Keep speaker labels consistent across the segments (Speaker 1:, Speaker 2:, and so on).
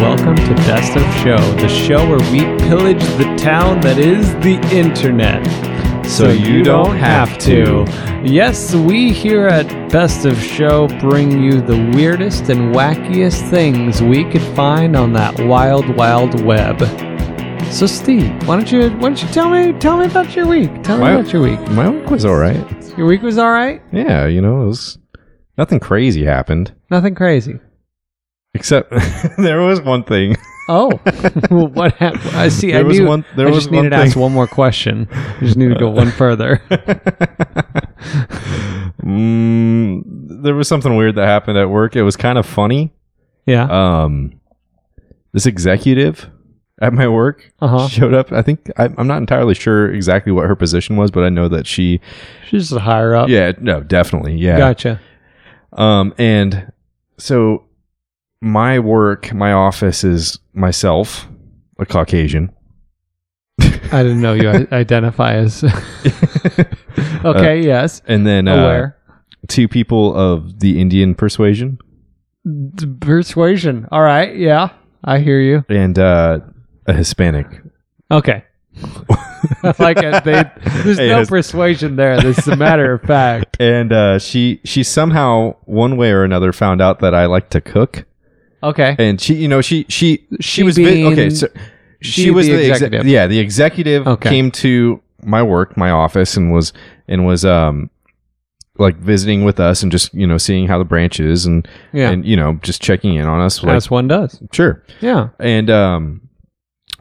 Speaker 1: Welcome to Best of Show, the show where we pillage the town that is the internet.
Speaker 2: So you don't have to.
Speaker 1: Yes, we here at Best of Show bring you the weirdest and wackiest things we could find on that wild, wild web. So Steve, why don't you why don't you tell me tell me about your week? Tell me
Speaker 2: Well-
Speaker 1: about your week.
Speaker 2: My week was all right.
Speaker 1: Your week was all right.
Speaker 2: Yeah, you know, it was nothing crazy happened
Speaker 1: Nothing crazy.
Speaker 2: except there was one thing.
Speaker 1: Oh, well, what happened? I see. I
Speaker 2: There was
Speaker 1: knew.
Speaker 2: one- there
Speaker 1: I
Speaker 2: was
Speaker 1: just needed
Speaker 2: one
Speaker 1: to ask
Speaker 2: thing.
Speaker 1: one more question. I just need to go one further.
Speaker 2: mm, there was something weird that happened at work. It was kind of funny.
Speaker 1: Yeah.
Speaker 2: Um, this executive at my work
Speaker 1: Uh-huh.
Speaker 2: showed up. I think I, I'm not entirely sure exactly what her position was, but I know that she.
Speaker 1: She's just higher up.
Speaker 2: Yeah, no, definitely. Yeah.
Speaker 1: Gotcha.
Speaker 2: Um, and so my work, my office is myself, a Caucasian.
Speaker 1: I didn't know you i- identify as. okay. yes.
Speaker 2: And then uh,
Speaker 1: Aware.
Speaker 2: two people of the Indian persuasion.
Speaker 1: D- Persuasion. All right. Yeah. I hear you.
Speaker 2: And uh, a Hispanic.
Speaker 1: Okay. I like it. They, there's
Speaker 2: Hey,
Speaker 1: no
Speaker 2: it's-
Speaker 1: persuasion there. This is a matter of fact.
Speaker 2: And uh, she she somehow one way or another found out that I like to cook.
Speaker 1: Okay.
Speaker 2: And she you know she she she,
Speaker 1: She
Speaker 2: was vi-
Speaker 1: being-
Speaker 2: okay. So she,
Speaker 1: she
Speaker 2: was
Speaker 1: the
Speaker 2: the, exec-
Speaker 1: executive.
Speaker 2: yeah the executive
Speaker 1: Okay.
Speaker 2: came to my work my office and was and was um like visiting with us and just you know seeing how the branch is and
Speaker 1: Yeah.
Speaker 2: and you know just checking in on us like
Speaker 1: As one does.
Speaker 2: sure
Speaker 1: Yeah.
Speaker 2: and um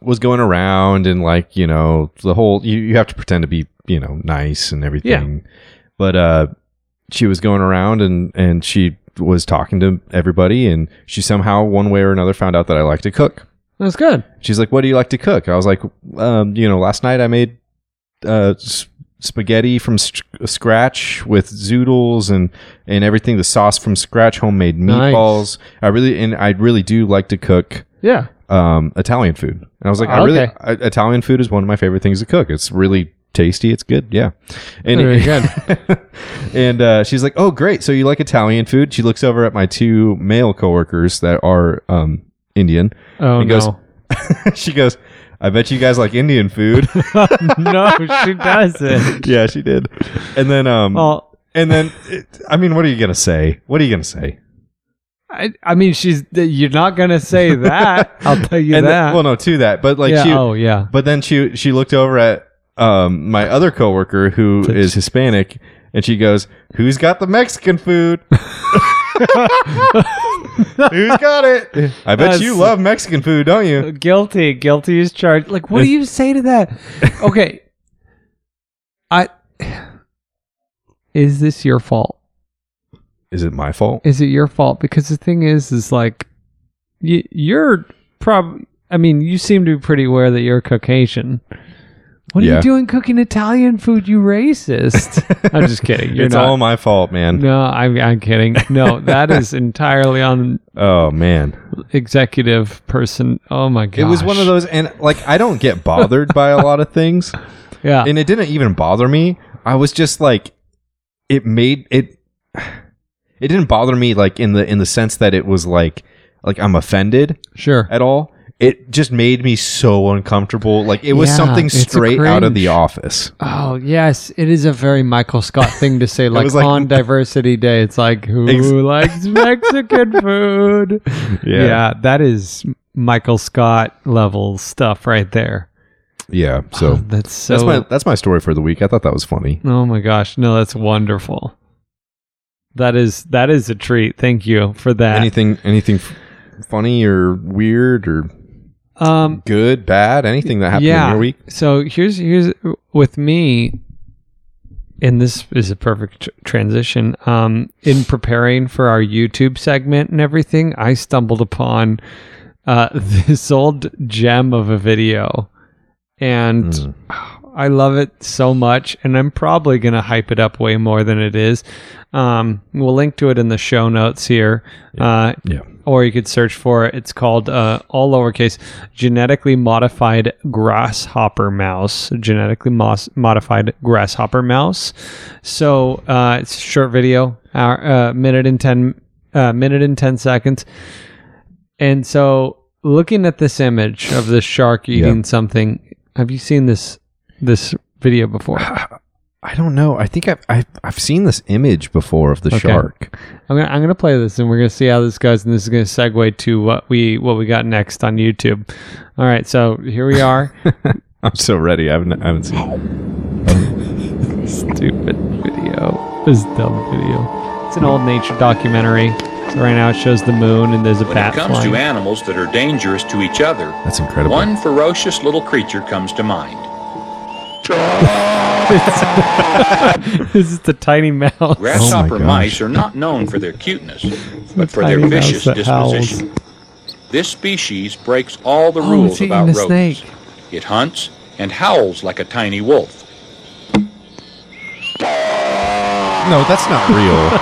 Speaker 2: was going around and like you know the whole you, you have to pretend to be you know nice and everything but uh she was going around and and she was talking to everybody and she somehow one way or another found out that i like to cook
Speaker 1: That's good.
Speaker 2: she's like what do you like to cook i was like um you know last night i made uh s- spaghetti from sc- scratch with zoodles and and everything the sauce from scratch homemade
Speaker 1: Nice.
Speaker 2: meatballs i really and i really do like to cook
Speaker 1: Yeah.
Speaker 2: um, Italian food. And I was like,
Speaker 1: Oh,
Speaker 2: I really
Speaker 1: okay.
Speaker 2: I, Italian food is one of my favorite things to cook. It's really tasty. It's good. Yeah.
Speaker 1: Oh,
Speaker 2: And
Speaker 1: Very good.
Speaker 2: and uh, she's like, oh great, so you like Italian food? She looks over at my two male coworkers that are um, Indian.
Speaker 1: Oh,
Speaker 2: He goes-
Speaker 1: no.
Speaker 2: she goes, I bet you guys like Indian food.
Speaker 1: no, she doesn't.
Speaker 2: yeah, she did. And then um,
Speaker 1: Well,
Speaker 2: and then it, I mean, what are you gonna say? What are you gonna say?
Speaker 1: I, I mean, she's. You're not gonna say that. uh, I'll tell you
Speaker 2: And then-
Speaker 1: that.
Speaker 2: well, no, to that, but like
Speaker 1: yeah.
Speaker 2: she,
Speaker 1: oh, yeah.
Speaker 2: But then she she looked over at um, my other coworker who is Hispanic, and she goes, "Who's got the Mexican food? Who's got it? I bet
Speaker 1: That's-
Speaker 2: you love Mexican food, don't you?"
Speaker 1: Guilty. Guilty is charged. Like, what do you say to that? Okay. I. Is this your fault?
Speaker 2: Is it my fault?
Speaker 1: Is it your fault? Because the thing is, is like, you, you're probably. I mean, you seem to be pretty aware that you're Caucasian. What are
Speaker 2: Yeah.
Speaker 1: you doing cooking Italian food? You racist. I'm just kidding. You're
Speaker 2: it's
Speaker 1: not.
Speaker 2: all my fault, man.
Speaker 1: no, I'm, I'm kidding. No, that is entirely on
Speaker 2: Oh man,
Speaker 1: executive person. Oh my god!
Speaker 2: it was one of those, and like I don't get bothered by a lot of things,
Speaker 1: Yeah.
Speaker 2: and it didn't even bother me. I was just like, it made it. It didn't bother me like in the in the sense that it was like like I'm offended.
Speaker 1: sure.
Speaker 2: at all. It just made me so uncomfortable. Like it was
Speaker 1: Yeah,
Speaker 2: something
Speaker 1: it's a
Speaker 2: straight out of
Speaker 1: cringe.
Speaker 2: the office.
Speaker 1: Oh yes, it is a very Michael Scott thing to say. Like,
Speaker 2: was like-
Speaker 1: on Diversity Day, it's like who
Speaker 2: Ex-
Speaker 1: likes Mexican food? Yeah. that is Michael Scott level stuff right there.
Speaker 2: Yeah. So
Speaker 1: Oh, that's so.
Speaker 2: that's my that's my story for the week. I thought that was funny.
Speaker 1: oh my gosh! No, that's wonderful. That is that is a treat. Thank you for that.
Speaker 2: Anything anything f- funny or weird or
Speaker 1: um,
Speaker 2: good, bad, anything that happened in your week?
Speaker 1: So here's here's with me, and this is a perfect tr- transition. Um, in preparing for our YouTube segment and everything, I stumbled upon uh, this old gem of a video, and
Speaker 2: Mm.
Speaker 1: I love it so much. And I'm probably gonna hype it up way more than it is. Um, we'll link to it in the show notes here. Uh,
Speaker 2: Yeah.
Speaker 1: or you could search for it. It's called uh, all lowercase genetically modified grasshopper mouse. Genetically mos- modified grasshopper mouse. So uh, it's a short video, hour, uh, minute and ten uh, minute and ten seconds. And so looking at this image of this shark eating something. Have you seen this this video before?
Speaker 2: I don't know. I think I've I've, I've seen this image before of the
Speaker 1: Okay.
Speaker 2: shark.
Speaker 1: I'm gonna I'm gonna play this, and we're gonna see how this goes, and this is gonna segue to what we what we got next on YouTube. All right, so here we are.
Speaker 2: I'm so ready. I haven't I haven't seen. it.
Speaker 1: Stupid video. This dumb video. It's an old nature documentary. So right now it shows the moon, and there's a
Speaker 3: When
Speaker 1: bat
Speaker 3: it comes
Speaker 1: flying.
Speaker 3: to animals that are dangerous to each other,
Speaker 2: That's incredible.
Speaker 3: one ferocious little creature comes to
Speaker 1: Oh
Speaker 3: mind.
Speaker 1: this is the tiny mouse.
Speaker 3: Grasshopper
Speaker 2: gosh.
Speaker 3: mice are not known for their cuteness, but for
Speaker 1: tiny
Speaker 3: their
Speaker 1: mouse
Speaker 3: vicious
Speaker 1: that howls.
Speaker 3: disposition. This species breaks all the
Speaker 1: Oh,
Speaker 3: rules
Speaker 1: it's eating
Speaker 3: about
Speaker 1: the
Speaker 3: rodents.
Speaker 1: snake.
Speaker 3: It hunts and howls like a tiny wolf.
Speaker 2: No, that's not real.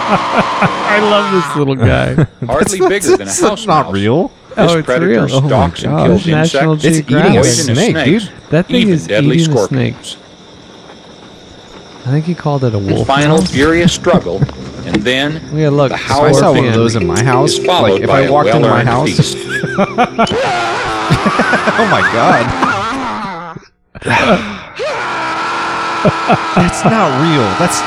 Speaker 1: I love this little guy.
Speaker 3: Hardly
Speaker 2: That's-
Speaker 3: bigger than a
Speaker 2: that's
Speaker 3: house
Speaker 2: not
Speaker 3: mouse.
Speaker 2: real.
Speaker 3: This
Speaker 1: Oh, it's
Speaker 3: predator
Speaker 1: real. Oh my
Speaker 3: stalks and
Speaker 2: God.
Speaker 3: kills
Speaker 1: National
Speaker 3: insects,
Speaker 2: It's eating a
Speaker 1: Geographic.
Speaker 3: poisonous
Speaker 2: snake,
Speaker 3: snakes,
Speaker 2: dude.
Speaker 1: that thing
Speaker 3: even
Speaker 1: is eating
Speaker 3: deadly
Speaker 1: a snake.
Speaker 3: scorpions.
Speaker 1: I think he called it a wolf.
Speaker 3: Final
Speaker 1: mouse.
Speaker 3: furious struggle, and then
Speaker 1: Yeah, look.
Speaker 3: the
Speaker 1: If
Speaker 2: If I
Speaker 3: howler
Speaker 2: saw one of
Speaker 1: Scorpion.
Speaker 2: those in my
Speaker 3: is
Speaker 2: house,
Speaker 3: followed
Speaker 2: like if
Speaker 3: by
Speaker 2: I
Speaker 3: a
Speaker 2: walked into my
Speaker 3: well-earned
Speaker 2: house,
Speaker 3: feast.
Speaker 2: oh my god, that's not real. That's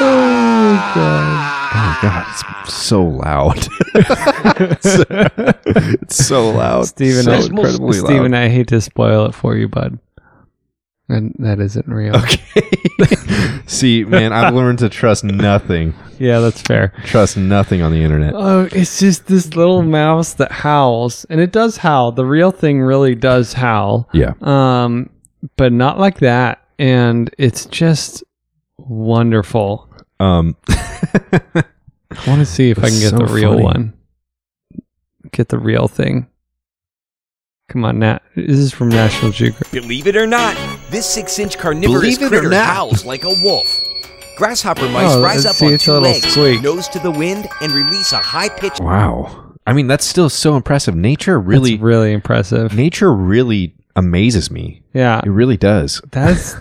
Speaker 1: Oh, God.
Speaker 2: oh god, it's so loud. it's so loud,
Speaker 1: Steven,
Speaker 2: So
Speaker 1: I,
Speaker 2: incredibly loud.
Speaker 1: Steven I hate to spoil it for you, bud. And that isn't real.
Speaker 2: Okay. See, man, I've learned to trust nothing.
Speaker 1: Yeah, that's fair.
Speaker 2: Trust nothing on the internet.
Speaker 1: Oh, it's just this little mouse that howls, and it does howl. The real thing really does howl.
Speaker 2: Yeah.
Speaker 1: Um, but not like that. And it's just wonderful.
Speaker 2: Um.
Speaker 1: I want to see if I can
Speaker 2: That's
Speaker 1: get
Speaker 2: so
Speaker 1: the real
Speaker 2: funny.
Speaker 1: one. Get the real thing. Come on, Nat. This is from National Geographic.
Speaker 4: Believe it or not, this six-inch carnivorous
Speaker 2: Believe it or
Speaker 4: critter
Speaker 2: not.
Speaker 4: howls like a wolf. Grasshopper mice
Speaker 1: Oh,
Speaker 4: rise
Speaker 1: see,
Speaker 4: up on
Speaker 1: it's a
Speaker 4: two
Speaker 1: little
Speaker 4: legs,
Speaker 1: squeak.
Speaker 4: nose to the wind, and release a high-pitched
Speaker 2: Wow. I mean, that's still so impressive. Nature really,
Speaker 1: That's really impressive.
Speaker 2: nature really amazes me.
Speaker 1: Yeah.
Speaker 2: It really does.
Speaker 1: That's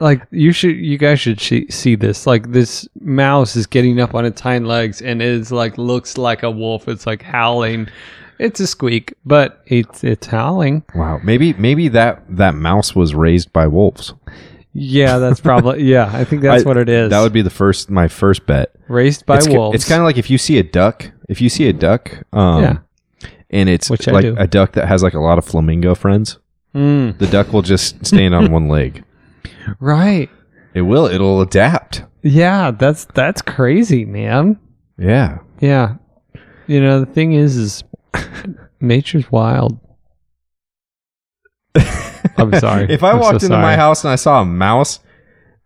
Speaker 1: like you should you guys should see, see this. Like this mouse is getting up on its hind legs and is like looks like a wolf. It's like howling. It's a squeak, but it's it's howling.
Speaker 2: Wow. Maybe, maybe that that mouse was raised by wolves.
Speaker 1: Yeah, that's probably yeah. I think that's
Speaker 2: I-
Speaker 1: what it is.
Speaker 2: That would be the first, my first bet.
Speaker 1: raised by
Speaker 2: it's, ki-
Speaker 1: wolves.
Speaker 2: It's kind of like if you see a duck. If you see a duck, um,
Speaker 1: Yeah.
Speaker 2: and it's
Speaker 1: Which I
Speaker 2: like
Speaker 1: do.
Speaker 2: a duck that has like a lot of flamingo friends.
Speaker 1: mm,
Speaker 2: The duck will just stand on one leg.
Speaker 1: right.
Speaker 2: It will. It'll adapt.
Speaker 1: Yeah, that's that's crazy, man.
Speaker 2: Yeah.
Speaker 1: Yeah, you know the thing is, is nature's wild. I'm sorry.
Speaker 2: If I
Speaker 1: I'm so
Speaker 2: walked into my
Speaker 1: sorry.
Speaker 2: house and I saw a mouse,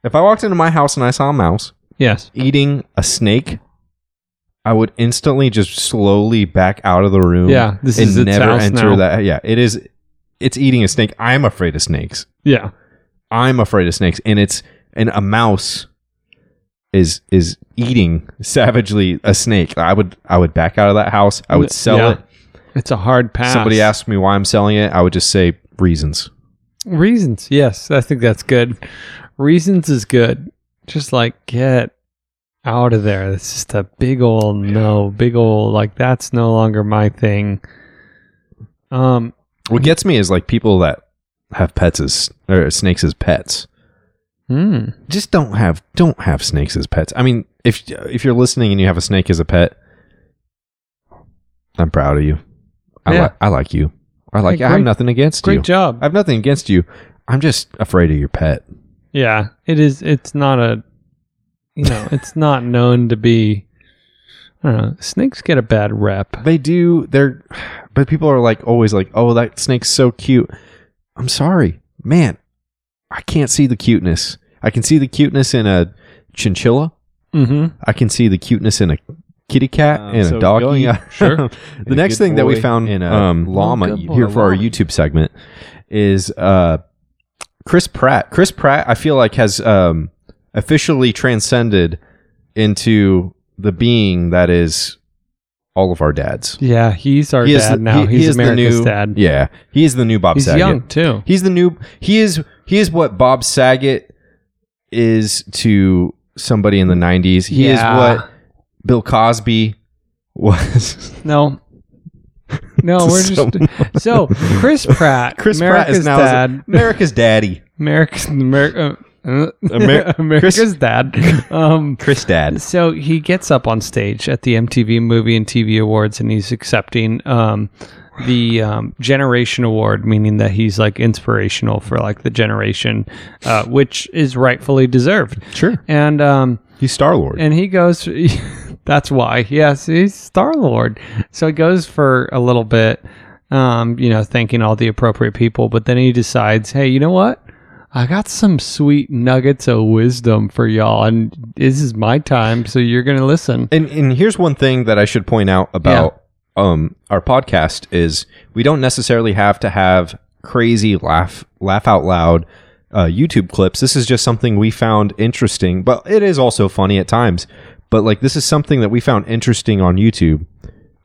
Speaker 2: if I walked into my house and I saw a mouse
Speaker 1: yes,
Speaker 2: eating a snake, I would instantly just slowly back out of the room.
Speaker 1: Yeah, this
Speaker 2: and
Speaker 1: is its
Speaker 2: never
Speaker 1: house
Speaker 2: enter
Speaker 1: now.
Speaker 2: that. Yeah, it is. It's eating a snake. I'm afraid of snakes.
Speaker 1: yeah.
Speaker 2: I'm afraid of snakes, and it's and a mouse is is eating savagely a snake. I would I would back out of that house. I would sell
Speaker 1: Yeah.
Speaker 2: it.
Speaker 1: It's a hard pass.
Speaker 2: Somebody asked me why I'm selling it. I would just say reasons.
Speaker 1: reasons. Yes, I think that's good. Reasons is good. Just like get out of there. It's just a big old no, big old like that's no longer my thing. Um,
Speaker 2: What gets me is like people that have pets as or snakes as pets.
Speaker 1: hmm.
Speaker 2: Just don't have don't have snakes as pets. I mean, if if you're listening and you have a snake as a pet, I'm proud of you. I
Speaker 1: Yeah.
Speaker 2: like I like you. I like
Speaker 1: Hey,
Speaker 2: I have
Speaker 1: great-
Speaker 2: nothing against you.
Speaker 1: great job.
Speaker 2: I have nothing against you. I'm just afraid of your pet.
Speaker 1: yeah, it is. It's not a, you know, it's not known to be. I don't know. Snakes get a bad rep.
Speaker 2: They do. They're but people are like always like, "Oh, that snake's so cute." I'm sorry. Man, I can't see the cuteness. I can see the cuteness in a chinchilla.
Speaker 1: Mm-hmm.
Speaker 2: I can see the cuteness in a kitty cat
Speaker 5: Um,
Speaker 2: and
Speaker 5: so
Speaker 2: a doggy.
Speaker 5: going-
Speaker 1: Uh, Sure.
Speaker 2: the next
Speaker 5: good
Speaker 2: thing that we
Speaker 5: boy
Speaker 2: found in a um, llama
Speaker 1: Oh, good boy,
Speaker 2: here for our
Speaker 1: llama.
Speaker 2: YouTube segment is uh, Chris Pratt. Chris Pratt, I feel like has um, officially transcended into the being that is all of our dads.
Speaker 1: Yeah, he's our
Speaker 2: He is
Speaker 1: dad
Speaker 2: the-
Speaker 1: now.
Speaker 2: he- he
Speaker 1: he's
Speaker 2: is the
Speaker 1: America's
Speaker 2: new-
Speaker 1: dad.
Speaker 2: Yeah, he is the new Bob
Speaker 1: he's
Speaker 2: Saget.
Speaker 1: young too.
Speaker 2: He's the new. He is. He is what Bob Saget is to somebody in the '90s. He
Speaker 1: Yeah.
Speaker 2: is what Bill Cosby was.
Speaker 1: No. No, we're
Speaker 2: So-
Speaker 1: just so Chris Pratt.
Speaker 2: Chris
Speaker 1: America's
Speaker 2: Pratt is now
Speaker 1: dad.
Speaker 2: America's daddy.
Speaker 1: America's Amer- uh,
Speaker 2: Amer-
Speaker 1: America's dad. Um,
Speaker 2: Chris dad.
Speaker 1: so he gets up on stage at the MTV Movie and TV Awards, and he's accepting um, the um, Generation Award, meaning that he's like inspirational for like the generation, uh, which is rightfully deserved.
Speaker 2: Sure.
Speaker 1: And um,
Speaker 2: He's Star Lord.
Speaker 1: and he goes. that's why. Yes, he's Star Lord. So he goes for a little bit, um, you know, thanking all the appropriate people. But then he decides, hey, you know what? I got some sweet nuggets of wisdom for y'all, and this is my time, so you're gonna listen.
Speaker 2: And and here's one thing that I should point out about um our podcast is we don't necessarily have to have crazy laugh laugh out loud uh, YouTube clips. This is just something we found interesting, but it is also funny at times. But like this is something that we found interesting on YouTube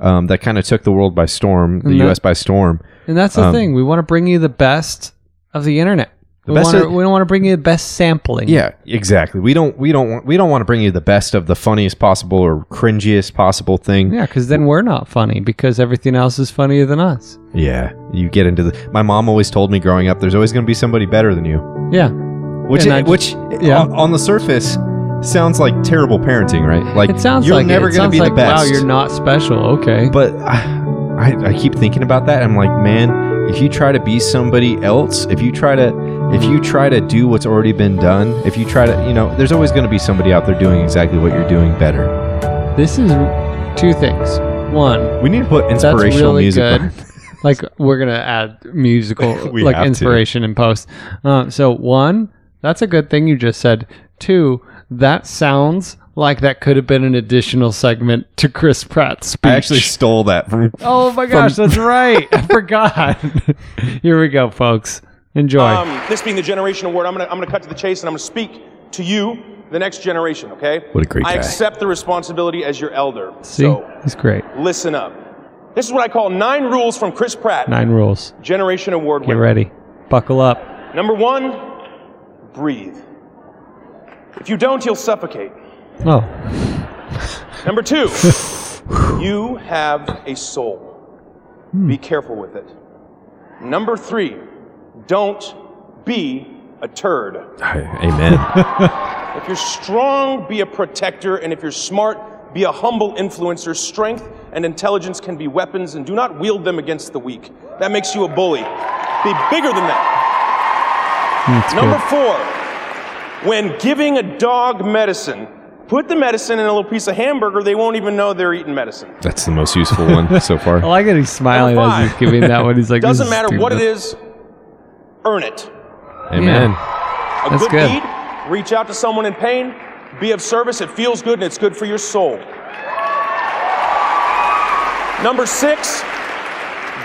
Speaker 2: um, that kind of took the world by storm, the
Speaker 1: Mhm.
Speaker 2: U.S. by storm.
Speaker 1: And that's the
Speaker 2: Um,
Speaker 1: thing. We want to bring you the best of the internet. We
Speaker 2: best
Speaker 1: want to
Speaker 2: of-
Speaker 1: we want to bring you the best sampling.
Speaker 2: Yeah, exactly. We don't we don't want, we don't want to bring you the best of the funniest possible or cringiest possible thing.
Speaker 1: Yeah, because then we're not funny because everything else is funnier than us.
Speaker 2: Yeah, you get into the. My mom always told me growing up, there's always going to be somebody better than you,
Speaker 1: Yeah.
Speaker 2: which
Speaker 1: And I just-
Speaker 2: which
Speaker 1: yeah.
Speaker 2: on, on the surface sounds like terrible parenting, right? Like
Speaker 1: It sounds
Speaker 2: you're
Speaker 1: like it.
Speaker 2: never
Speaker 1: It
Speaker 2: going to
Speaker 1: sounds
Speaker 2: be
Speaker 1: like,
Speaker 2: the best.
Speaker 1: Wow, you're not special. Okay.
Speaker 2: But I, I, I keep thinking about that. I'm like, man, if you try to be somebody else, if you try to, if you try to do what's already been done, if you try to, you know, there's always going to be somebody out there doing exactly what you're doing better.
Speaker 1: This is two things. One,
Speaker 2: We need to put
Speaker 1: that's
Speaker 2: inspirational
Speaker 1: really
Speaker 2: music.
Speaker 1: good.
Speaker 2: behind-
Speaker 1: like we're gonna add musical
Speaker 2: We have
Speaker 1: like
Speaker 2: to.
Speaker 1: inspiration in post. Um, so one, that's a good thing you just said. Two, that sounds like that could have been an additional segment to Chris Pratt's speech.
Speaker 2: I actually stole that from.
Speaker 1: oh my gosh, that's right. I forgot. Here we go, folks. Enjoy.
Speaker 5: Um, this being the generation award, I'm gonna I'm gonna cut to the chase and I'm gonna speak to you, the next generation. Okay?
Speaker 2: What a great
Speaker 5: I
Speaker 2: guy.
Speaker 5: accept the responsibility as your elder.
Speaker 1: See,
Speaker 5: So
Speaker 1: it's great.
Speaker 5: listen up. This is what I call nine rules from Chris Pratt,
Speaker 1: Nine rules.
Speaker 5: generation award
Speaker 1: Get
Speaker 5: winner.
Speaker 1: ready. Buckle up.
Speaker 5: Number one, breathe. If you don't, you'll suffocate.
Speaker 1: Oh,
Speaker 5: Number two, you have a soul.
Speaker 2: Hmm.
Speaker 5: Be careful with it. Number three, don't be a turd.
Speaker 2: Amen.
Speaker 5: If you're strong, be a protector, and if you're smart, be a humble influencer. Strength and intelligence can be weapons, and do not wield them against the weak. That makes you a bully. Be bigger than that.
Speaker 1: that's
Speaker 5: Number
Speaker 1: good.
Speaker 5: four, when giving a dog medicine, put the medicine in a little piece of hamburger, they won't even know they're eating medicine.
Speaker 2: That's the most useful one so far.
Speaker 1: I like that he's smiling
Speaker 5: Number
Speaker 1: as he's
Speaker 5: five.
Speaker 1: giving that one. He's like, this
Speaker 5: Doesn't
Speaker 1: is
Speaker 5: matter what it
Speaker 1: stupid.
Speaker 5: is, earn it.
Speaker 2: Amen.
Speaker 5: A
Speaker 1: That's
Speaker 5: good,
Speaker 1: good.
Speaker 5: deed, reach out to someone in pain, be of service, it feels good and it's good for your soul. Number six,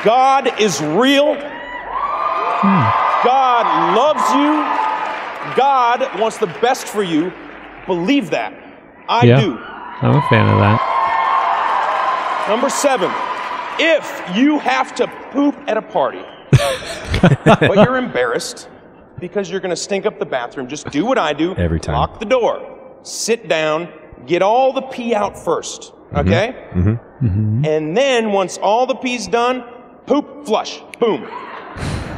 Speaker 5: God is real.
Speaker 1: Hmm.
Speaker 5: God loves you. God wants the best for you. Believe that. I
Speaker 1: Yeah.
Speaker 5: do.
Speaker 1: I'm a fan of that.
Speaker 5: Number seven, if you have to poop at a party, but you're embarrassed because you're going to stink up the bathroom, just do what I do.
Speaker 2: Every time.
Speaker 5: Lock the door, sit down, get all the pee out first, okay? Mm-hmm. And then once all the pee's done, poop, flush, boom.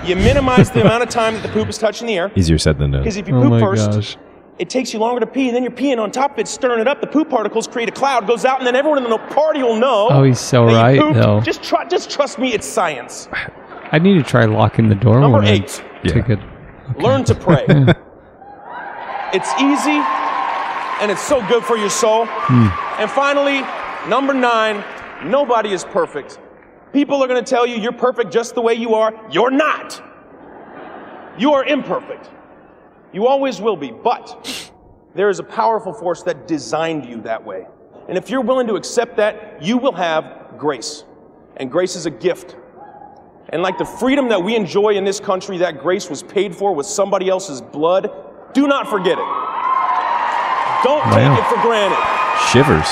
Speaker 5: You minimize the amount of time that the poop is touching the air.
Speaker 2: Easier said than done.
Speaker 5: Because if you
Speaker 1: Oh
Speaker 5: poop
Speaker 1: my
Speaker 5: first,
Speaker 1: gosh.
Speaker 5: it takes you longer to pee, and then you're peeing on top of it, stirring it up. The poop particles create a cloud, goes out, and then everyone in the party will know.
Speaker 1: Oh, he's so
Speaker 5: that you
Speaker 1: right,
Speaker 5: pooped.
Speaker 1: though.
Speaker 5: Just, tru- just trust me, it's science.
Speaker 1: I need to try locking the door
Speaker 5: Number
Speaker 1: when
Speaker 5: eight,
Speaker 1: I take it.
Speaker 5: learn to pray. it's easy, and it's so good for your soul. And finally, number nine, nobody is perfect. People are going to tell you you're perfect just the way you are. You're not. You are imperfect. You always will be, but there is a powerful force that designed you that way. And if you're willing to accept that, you will have grace. And grace is a gift. And like the freedom that we enjoy in this country, that grace was paid for with somebody else's blood. Do not forget it. Don't
Speaker 1: Wow.
Speaker 5: take it for granted.
Speaker 2: Shivers,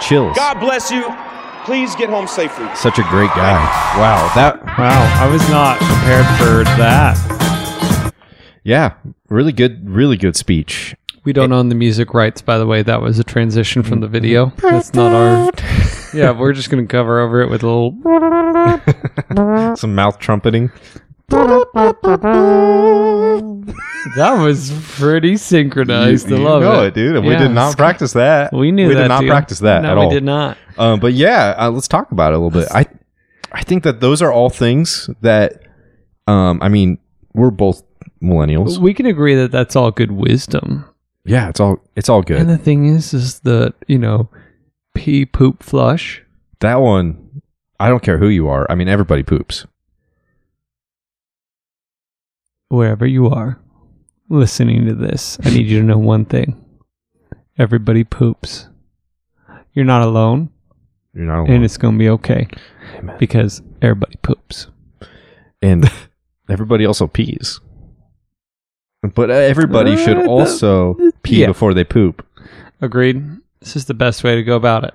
Speaker 2: chills.
Speaker 5: God bless you. Please get home safely.
Speaker 2: Such a great guy. Wow. That.
Speaker 1: Wow, I was not prepared for that.
Speaker 2: Yeah. Really good. Really good speech. Mm-hmm.
Speaker 1: We don't own the music rights, by the way. That was a transition from the video. That's not our. yeah, we're just gonna cover over it with a little.
Speaker 2: Some mouth trumpeting.
Speaker 1: That was pretty synchronized.
Speaker 2: You-
Speaker 1: I
Speaker 2: you
Speaker 1: love
Speaker 2: know
Speaker 1: it.
Speaker 2: it, dude. And we
Speaker 1: Yeah,
Speaker 2: did not
Speaker 1: it's-
Speaker 2: practice that.
Speaker 1: We knew
Speaker 2: we
Speaker 1: that,
Speaker 2: did not
Speaker 1: dude.
Speaker 2: practice that
Speaker 1: No,
Speaker 2: at
Speaker 1: we
Speaker 2: all.
Speaker 1: did not.
Speaker 2: Um, but yeah, uh, let's talk about it a little bit. I, I think that those are all things that, um, I mean, we're both millennials.
Speaker 1: We can agree that that's all good wisdom.
Speaker 2: Yeah, it's all it's all good.
Speaker 1: And the thing is, is that you know, pee poop flush.
Speaker 2: that one, I don't care who you are. I mean, everybody poops.
Speaker 1: Wherever you are listening to this, I need you to know one thing: everybody poops. You're not alone,
Speaker 2: You're not alone.
Speaker 1: and it's gonna be okay because everybody poops.
Speaker 2: and everybody also pees. But uh, everybody
Speaker 1: Uh,
Speaker 2: should
Speaker 1: the-
Speaker 2: also pee
Speaker 1: yeah.
Speaker 2: before they poop.
Speaker 1: Agreed. This is the best way to go about it.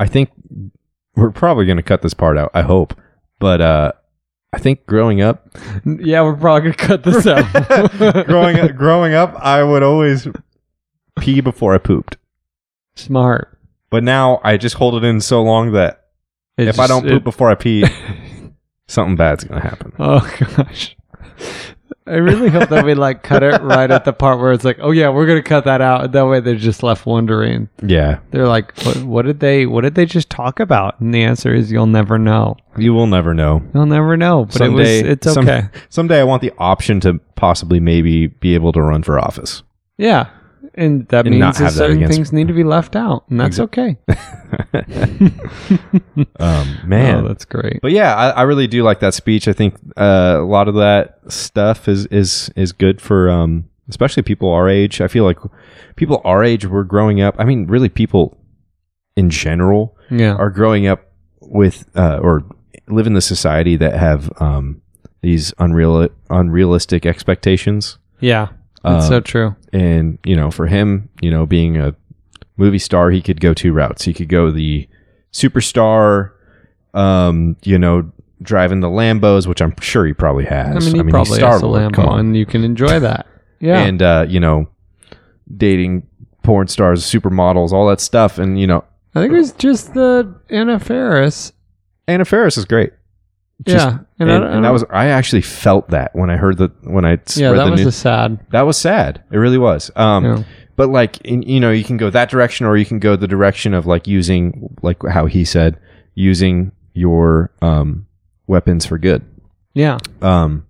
Speaker 2: I think we're probably going to cut this part out. I hope, but uh, I think growing up,
Speaker 1: Yeah, we're probably gonna cut this out.
Speaker 2: growing up, growing up, I would always pee before I pooped.
Speaker 1: Smart.
Speaker 2: But now I just hold it in so long that
Speaker 1: It
Speaker 2: if I
Speaker 1: just-
Speaker 2: don't poop
Speaker 1: it-
Speaker 2: before I pee, something bad's going to happen.
Speaker 1: oh gosh. I really hope that we like cut it right at the part where it's like, oh yeah, we're gonna cut that out. That way they're just left wondering.
Speaker 2: Yeah,
Speaker 1: They're like, what, what did they? What did they just talk about? And the answer is, you'll never know.
Speaker 2: you will never know.
Speaker 1: You'll never know. But
Speaker 2: someday,
Speaker 1: it was. It's
Speaker 2: some-
Speaker 1: okay.
Speaker 2: someday I want the option to possibly maybe be able to run for office.
Speaker 1: yeah. And that
Speaker 2: And not
Speaker 1: means that
Speaker 2: have that
Speaker 1: certain
Speaker 2: against-
Speaker 1: things need to be left out, and that's okay.
Speaker 2: Um, man,
Speaker 1: oh, that's great.
Speaker 2: But yeah, I, I really do like that speech. I think uh, a lot of that stuff is is is good for um, especially people our age. I feel like people our age were growing up. I mean, really, people in general
Speaker 1: yeah.
Speaker 2: are growing up with uh, or live in the society that have um, these unreal unrealistic expectations.
Speaker 1: yeah. That's
Speaker 2: uh,
Speaker 1: so true.
Speaker 2: And you know, for him, you know, being a movie star, he could go two routes. He could go the superstar, um, you know, driving the Lambos, which I'm sure he probably has.
Speaker 1: I mean, he probably has a Lambo, and you can enjoy that. Yeah.
Speaker 2: and uh, you know, dating porn stars, supermodels, all that stuff. And you know,
Speaker 1: I think it was just the Anna Ferris.
Speaker 2: Anna Ferris is great. Just-
Speaker 1: yeah,
Speaker 2: And,
Speaker 1: I- I
Speaker 2: and that
Speaker 1: don't-
Speaker 2: was I actually felt that when I heard the when I
Speaker 1: yeah,
Speaker 2: read
Speaker 1: that
Speaker 2: the
Speaker 1: was
Speaker 2: news.
Speaker 1: a sad.
Speaker 2: that was sad. It really was. Um,
Speaker 1: Yeah.
Speaker 2: But like, in, you know, you can go that direction, or you can go the direction of like using, like how he said, using your um, weapons for good.
Speaker 1: Yeah,
Speaker 2: Um,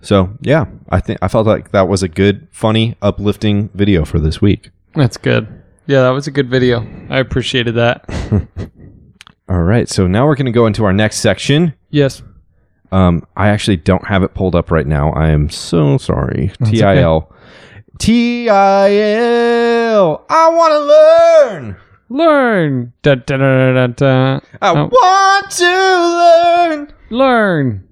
Speaker 2: so yeah, I think I felt like that was a good, funny, uplifting video for this week.
Speaker 1: that's good. Yeah, that was a good video. I appreciated that.
Speaker 2: All right, so now we're going to go into our next section.
Speaker 1: Yes,
Speaker 2: Um, I actually don't have it pulled up right now. I am so sorry.
Speaker 1: okay.
Speaker 2: TIL. TIL. I want to learn.
Speaker 1: learn. Da, da, da, da, da, da.
Speaker 2: I
Speaker 1: Oh.
Speaker 2: want to learn.
Speaker 1: Learn.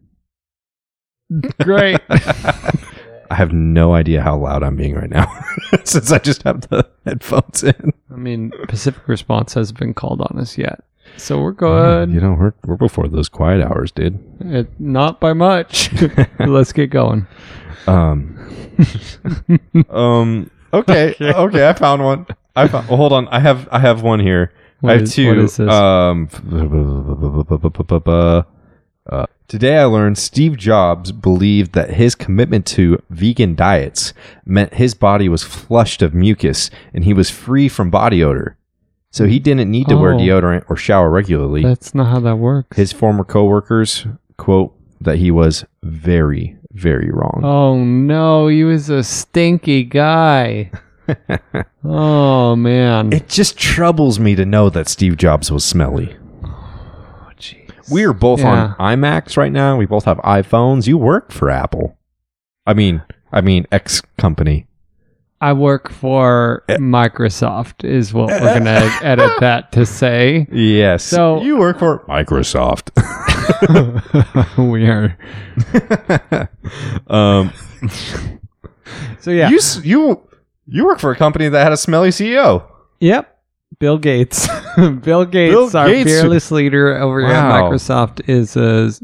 Speaker 1: Great.
Speaker 2: I have no idea how loud I'm being right now since I just have the headphones in.
Speaker 1: I mean, Pacific Response hasn't been called on us yet, so we're good.
Speaker 2: You know, we're, we're before those quiet hours, dude.
Speaker 1: It- not by much. Let's get going.
Speaker 2: Um, um, okay, okay, I found one. I found, well, hold on, I have I have one here.
Speaker 1: What
Speaker 2: I have
Speaker 1: is-
Speaker 2: two.
Speaker 1: what is this?
Speaker 2: Um, uh, today I learned Steve Jobs believed that his commitment to vegan diets meant his body was flushed of mucus and he was free from body odor. So he didn't need to wear
Speaker 1: Oh.
Speaker 2: deodorant or shower regularly.
Speaker 1: That's not how that works.
Speaker 2: His former coworkers quote that he was very, very wrong.
Speaker 1: Oh no, he was a stinky guy. oh man.
Speaker 2: It just troubles me to know that Steve Jobs was smelly. We are both
Speaker 1: Oh, Yeah.
Speaker 2: on iMacs right now. We both have iPhones. You work for Apple. I mean, I mean X company.
Speaker 1: I work for
Speaker 2: Eh.
Speaker 1: Microsoft, is what we're gonna edit that to say.
Speaker 2: Yes.
Speaker 1: So-
Speaker 2: you work for Microsoft.
Speaker 1: we are.
Speaker 2: um,
Speaker 1: So yeah.
Speaker 2: you s- you you work for a company that had a smelly E CEO.
Speaker 1: yep. Bill Gates. Bill Gates,
Speaker 2: Bill
Speaker 1: our
Speaker 2: Gates.
Speaker 1: fearless leader over here at
Speaker 2: Wow.
Speaker 1: Microsoft, is a s-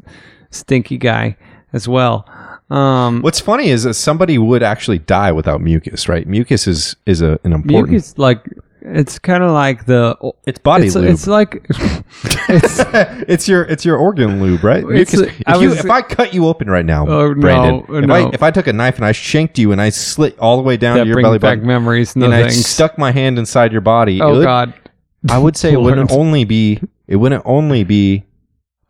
Speaker 1: stinky guy as well. Um,
Speaker 2: What's funny is that somebody would actually die without mucus, right? Mucus is is a, an important
Speaker 1: mucus like It's kind of like the
Speaker 2: It's body
Speaker 1: it's,
Speaker 2: lube.
Speaker 1: it's like it's
Speaker 2: it's your it's your organ lube, right? You
Speaker 1: It's-
Speaker 2: can-
Speaker 1: I
Speaker 2: if, you,
Speaker 1: was-
Speaker 2: if I cut you open right now,
Speaker 1: Oh, no,
Speaker 2: Brandon, if,
Speaker 1: no.
Speaker 2: I, if I took a knife and I shanked you and I slit all the way down
Speaker 1: that
Speaker 2: to your
Speaker 1: brings
Speaker 2: belly
Speaker 1: back
Speaker 2: button
Speaker 1: memories. No
Speaker 2: and I
Speaker 1: thanks.
Speaker 2: stuck my hand inside your body, it
Speaker 1: oh
Speaker 2: would-
Speaker 1: God,
Speaker 2: I would say it wouldn't
Speaker 1: Lord.
Speaker 2: only be it wouldn't only be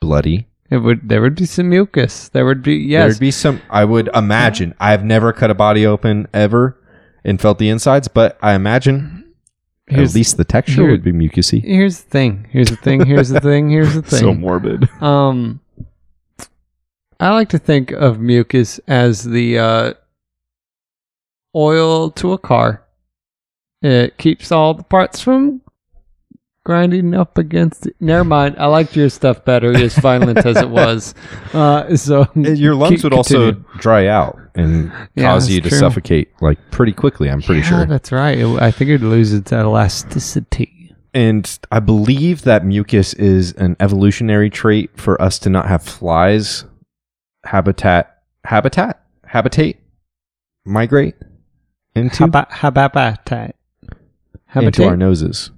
Speaker 2: bloody.
Speaker 1: it would there would be some mucus. There would be yes.
Speaker 2: There'd be some. I would imagine. I've never cut a body open ever and felt the insides, but I imagine
Speaker 1: Here's-
Speaker 2: at least the texture
Speaker 1: here-
Speaker 2: would be mucusy.
Speaker 1: here's the thing. Here's the thing. Here's the thing. Here's the thing.
Speaker 2: morbid.
Speaker 1: Um, I like to think of mucus as the uh, oil to a car. It keeps all the parts from grinding up against. It. Never mind. I liked your stuff better, as violent as it was. Uh, so
Speaker 2: Your lungs
Speaker 1: keep-
Speaker 2: would also
Speaker 1: continue.
Speaker 2: dry out and
Speaker 1: Yeah,
Speaker 2: cause you
Speaker 1: that's
Speaker 2: to
Speaker 1: true.
Speaker 2: suffocate like pretty quickly. I'm pretty
Speaker 1: yeah,
Speaker 2: sure.
Speaker 1: that's right. It, I think it would lose its elasticity.
Speaker 2: and I believe that mucus is an evolutionary trait for us to not have flies habitat habitat habitate migrate into
Speaker 1: Haba- Habitat.
Speaker 2: into our
Speaker 1: Habitat.
Speaker 2: noses.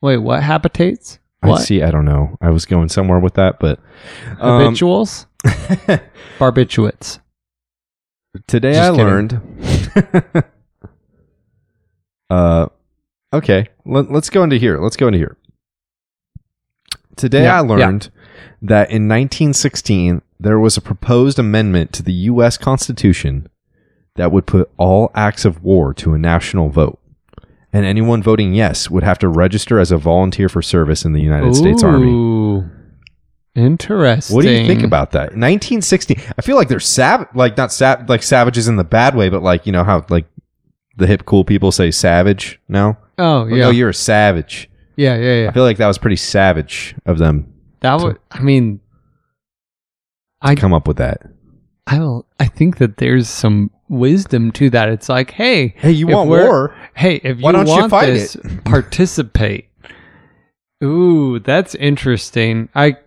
Speaker 1: Wait, what habitates?
Speaker 2: I
Speaker 1: What?
Speaker 2: see. I don't know. I was going somewhere with that, but um,
Speaker 1: Habituals. Barbiturates.
Speaker 2: today
Speaker 1: Just
Speaker 2: I
Speaker 1: kidding.
Speaker 2: learned. uh, okay. Let, let's go into here. Let's go into here. Today
Speaker 1: Yeah,
Speaker 2: I
Speaker 1: yeah.
Speaker 2: learned that in 1916 there was a proposed amendment to the U.S. Constitution that would put all acts of war to a national vote. And anyone voting yes would have to register as a volunteer for service in the United States Army.
Speaker 1: Ooh. Interesting.
Speaker 2: What do you think about that? 1960. I feel like they're sav like not sav like savages in the bad way, but like you know how like the hip cool people say savage now.
Speaker 1: Oh yeah,
Speaker 2: No, you're a savage.
Speaker 1: yeah, yeah,
Speaker 2: I
Speaker 1: yeah.
Speaker 2: feel like that was pretty savage of them
Speaker 1: That would. I mean, I
Speaker 2: to come up with that.
Speaker 1: I don't. I think that there's some wisdom to that. It's like, hey,
Speaker 2: Hey, you
Speaker 1: if
Speaker 2: want
Speaker 1: we're-
Speaker 2: war?
Speaker 1: Hey, if
Speaker 2: Why
Speaker 1: you
Speaker 2: don't you
Speaker 1: want
Speaker 2: fight
Speaker 1: this, participate. Ooh, that's interesting. I.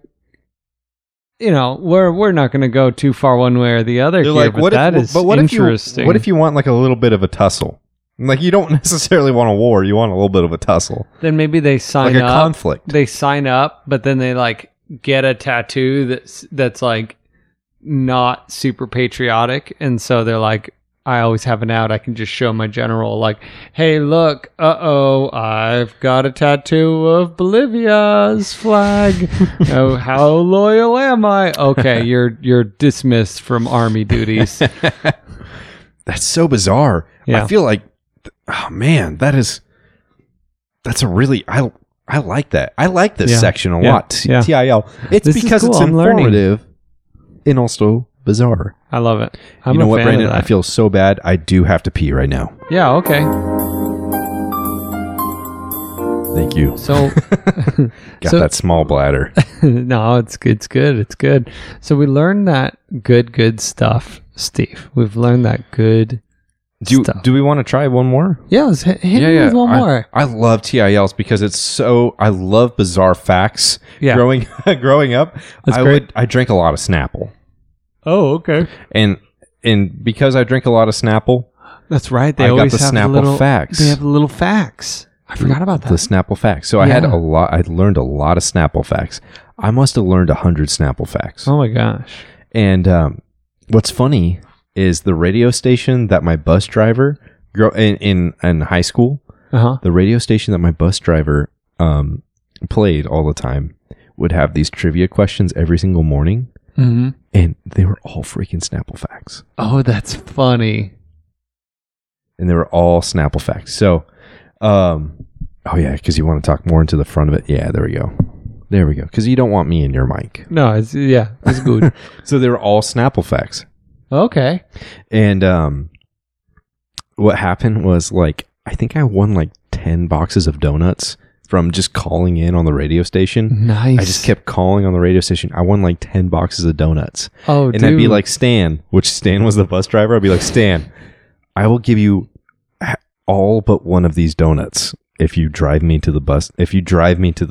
Speaker 1: You know, we're we're not going to go too far one way or the other here,
Speaker 2: They're like,
Speaker 1: but
Speaker 2: what
Speaker 1: that
Speaker 2: if?
Speaker 1: is
Speaker 2: but what if you?
Speaker 1: interesting.
Speaker 2: What if you want like a little bit of a tussle? Like you don't necessarily want a war. You want a little bit of a tussle,
Speaker 1: then maybe they sign
Speaker 2: like a
Speaker 1: up.
Speaker 2: conflict.
Speaker 1: they sign up, but then they like get a tattoo that's that's like not super patriotic, and so they're like, I always have an out. I can just show my general, like, hey, look, uh oh, I've got a tattoo of Bolivia's flag. oh, how loyal am I? Okay, you're you're dismissed from army duties.
Speaker 2: That's so bizarre.
Speaker 1: Yeah.
Speaker 2: I feel like, oh man, that is, that's a really I I like that. I like this
Speaker 1: Yeah.
Speaker 2: section a
Speaker 1: Yeah.
Speaker 2: lot. T-
Speaker 1: Yeah.
Speaker 2: TIL. It's
Speaker 1: This is
Speaker 2: because
Speaker 1: cool.
Speaker 2: it's
Speaker 1: I'm learning.
Speaker 2: informative and also bizarre.
Speaker 1: I love it. I'm
Speaker 2: you know
Speaker 1: a
Speaker 2: what,
Speaker 1: fan
Speaker 2: Brandon?
Speaker 1: Of that.
Speaker 2: I feel so bad. I do have to pee right now.
Speaker 1: yeah. Okay.
Speaker 2: Thank you.
Speaker 1: So.
Speaker 2: Got
Speaker 1: So-
Speaker 2: that small bladder.
Speaker 1: no, it's it's good. It's good. So we learned that good good stuff, Steve. We've learned that good.
Speaker 2: Do you,
Speaker 1: Stuff.
Speaker 2: do we want to try one more?
Speaker 1: Yeah, let's hit, hit me with one
Speaker 2: I,
Speaker 1: more.
Speaker 2: I love TILs because it's so I love bizarre facts.
Speaker 1: Yeah.
Speaker 2: Growing growing up,
Speaker 1: That's
Speaker 2: I
Speaker 1: great.
Speaker 2: would I drank a lot of Snapple.
Speaker 1: Oh, okay.
Speaker 2: and and because I drink a lot of Snapple,
Speaker 1: That's right. They
Speaker 2: I got
Speaker 1: always
Speaker 2: the
Speaker 1: have
Speaker 2: Snapple
Speaker 1: little
Speaker 2: facts.
Speaker 1: They have little facts. I forgot about that.
Speaker 2: the Snapple facts. So I had
Speaker 1: Yeah.
Speaker 2: a lot. I learned a lot of Snapple facts. I must have learned a hundred Snapple facts.
Speaker 1: oh my gosh.
Speaker 2: And um, what's funny is the radio station that my bus driver grow in, in in high school.
Speaker 1: Uh huh.
Speaker 2: The radio station that my bus driver um, played all the time would have these trivia questions every single morning,
Speaker 1: hmm
Speaker 2: and they were all freaking Snapple facts.
Speaker 1: Oh, that's funny.
Speaker 2: and they were all Snapple facts. So, um, oh yeah, because you want to talk more into the front of it. Yeah, there we go. There we go. Because you don't want me in your mic.
Speaker 1: No, it's yeah, it's good.
Speaker 2: So they were all Snapple facts.
Speaker 1: okay.
Speaker 2: And um, what happened was like I think I won like ten boxes of donuts from just calling in on the radio station.
Speaker 1: Nice.
Speaker 2: I just kept calling on the radio station. I won like ten boxes of donuts.
Speaker 1: Oh,
Speaker 2: and
Speaker 1: dude.
Speaker 2: I'd be like Stan, which Stan was the bus driver. I'd be like Stan, I will give you h- all but one of these donuts if you drive me to the bus. If you drive me to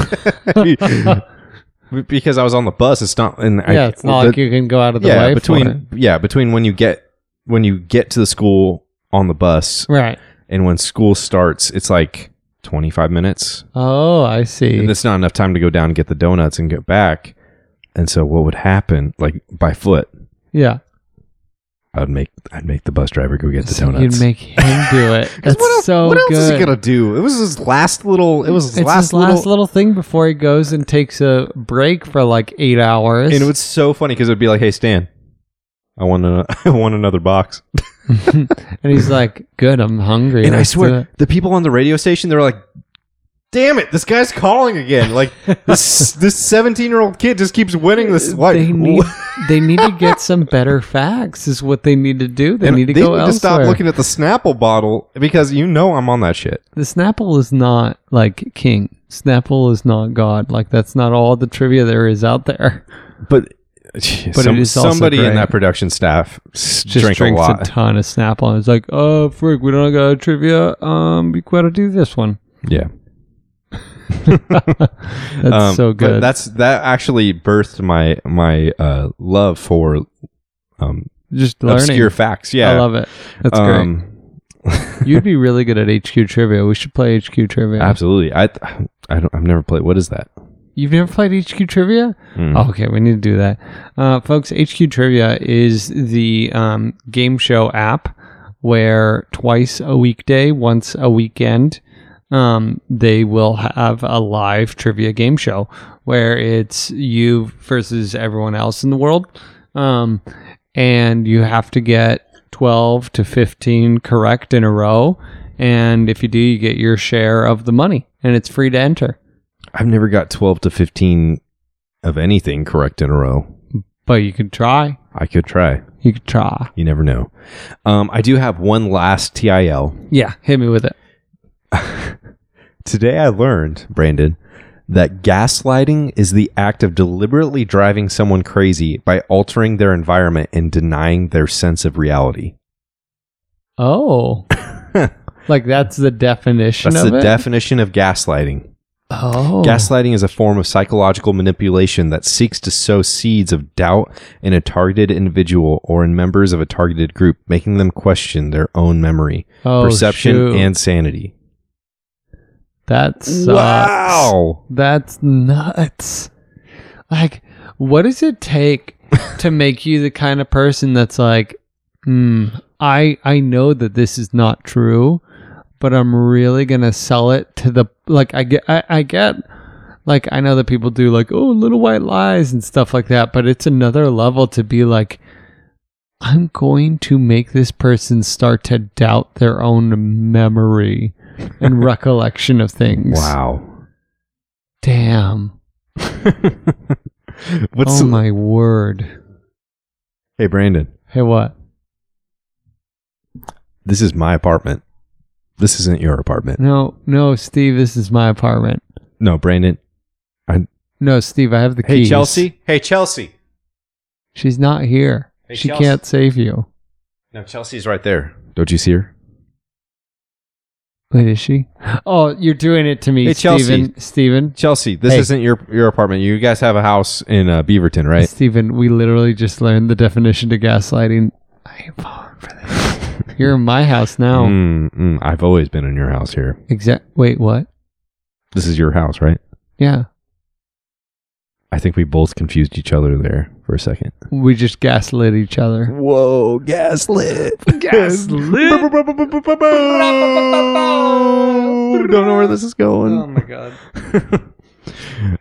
Speaker 2: the because I was on the bus, it's not and I,
Speaker 1: yeah, it's not
Speaker 2: the-
Speaker 1: like you can go out of the
Speaker 2: yeah
Speaker 1: way
Speaker 2: between
Speaker 1: for it.
Speaker 2: yeah between when you get when you get to the school on the bus
Speaker 1: Right.
Speaker 2: And when school starts, it's like 25 minutes.
Speaker 1: Oh, I see.
Speaker 2: And that's not enough time to go down and get the donuts and get back. And so what would happen, like by foot,
Speaker 1: yeah.
Speaker 2: I'd make I'd make the bus driver go get the
Speaker 1: So
Speaker 2: donuts.
Speaker 1: you'd make him do it. That's
Speaker 2: what else,
Speaker 1: so
Speaker 2: what else
Speaker 1: good.
Speaker 2: is he gonna do? It was his last little. It was his
Speaker 1: it's
Speaker 2: last
Speaker 1: his last little thing before he goes and takes a break for like eight hours.
Speaker 2: And it was so funny because it'd be like, "Hey Stan, I want a, I want another box."
Speaker 1: and he's like, "Good, I'm hungry."
Speaker 2: and I
Speaker 1: let's do
Speaker 2: swear,
Speaker 1: it."
Speaker 2: the people on the radio station they were like, "Damn it, this guy's calling again!" Like this this seventeen year old kid just keeps winning this. Like,
Speaker 1: they need they need to get some better facts. Is what they need to do. They
Speaker 2: and
Speaker 1: need to
Speaker 2: they
Speaker 1: go
Speaker 2: need
Speaker 1: elsewhere.
Speaker 2: to stop looking at the Snapple bottle because you know I'm on that shit.
Speaker 1: the Snapple is not like king. Snapple is not god. Like that's not all the trivia there is out there.
Speaker 2: But,
Speaker 1: it is also
Speaker 2: somebody
Speaker 1: great.
Speaker 2: in that production staff s-
Speaker 1: Just
Speaker 2: drink a
Speaker 1: drinks
Speaker 2: lot.
Speaker 1: ton of Snapple. And it's like, oh frick, we don't got trivia. Um, we gotta do this one.
Speaker 2: yeah,
Speaker 1: That's
Speaker 2: Um,
Speaker 1: so
Speaker 2: but
Speaker 1: good.
Speaker 2: That's that actually birthed my my uh, love for um,
Speaker 1: just learning.
Speaker 2: obscure facts. Yeah,
Speaker 1: I love it. That's
Speaker 2: Um,
Speaker 1: great. You'd be really good at HQ trivia. We should play HQ trivia.
Speaker 2: Absolutely. I I don't. I've never played. What is that?
Speaker 1: You've never played HQ Trivia? Oh, Okay, we need to do that. Uh, folks, HQ Trivia is the um, game show app where twice a weekday, once a weekend, um, they will have a live trivia game show where it's you versus everyone else in the world. Um, and you have to get 12 to 15 correct in a row. And if you do, you get your share of the money, and it's free to enter.
Speaker 2: I've never got twelve to fifteen of anything correct in a row.
Speaker 1: But you could try.
Speaker 2: I could try.
Speaker 1: You could try.
Speaker 2: You never know. Um, I do have one last TIL.
Speaker 1: Yeah, hit me with it.
Speaker 2: Today I learned, Brandon, that gaslighting is the act of deliberately driving someone crazy by altering their environment and denying their sense of reality.
Speaker 1: Oh, like that's the definition
Speaker 2: That's
Speaker 1: of
Speaker 2: the
Speaker 1: it.
Speaker 2: definition of gaslighting.
Speaker 1: oh,
Speaker 2: Gaslighting is a form of psychological manipulation that seeks to sow seeds of doubt in a targeted individual or in members of a targeted group, making them question their own memory,
Speaker 1: oh,
Speaker 2: perception,
Speaker 1: shoot.
Speaker 2: and sanity.
Speaker 1: that sucks.
Speaker 2: Wow.
Speaker 1: That's nuts. Like, what does it take to make you the kind of person that's like, hmm, I I know that this is not true, but I'm really gonna sell it to the like I get I, I get like I know that people do like, oh little white lies and stuff like that, but it's another level to be like I'm going to make this person start to doubt their own memory and recollection of things.
Speaker 2: Wow.
Speaker 1: Damn.
Speaker 2: What's
Speaker 1: oh my word.
Speaker 2: Hey Brandon,
Speaker 1: Hey, what?
Speaker 2: this is my apartment. This isn't your apartment.
Speaker 1: No, no, Steve, this is my apartment.
Speaker 2: No, Brandon.
Speaker 1: No, Steve, I have the keys.
Speaker 2: Hey Chelsea.
Speaker 1: She's not here.
Speaker 2: Hey,
Speaker 1: she
Speaker 2: Chelsea.
Speaker 1: can't save you.
Speaker 2: No, Chelsea's right there. Don't you see her?
Speaker 1: Wait, is she? Oh, you're doing it to me,
Speaker 2: Hey, Chelsea.
Speaker 1: Steven. Steven.
Speaker 2: Chelsea, this
Speaker 1: Hey.
Speaker 2: isn't your your apartment. You guys have a house in uh, Beaverton, right?
Speaker 1: Steven, we literally just learned the definition to gaslighting. I ain't falling for this. you're in my house now.
Speaker 2: Mm, mm, I've always been in your house here.
Speaker 1: Exact. Wait, what?
Speaker 2: This is your house, right?
Speaker 1: Yeah.
Speaker 2: I think we both confused each other there for a second.
Speaker 1: We just gaslit each other.
Speaker 2: Whoa, gaslit. gaslit. Don't know where this is going. Oh my god.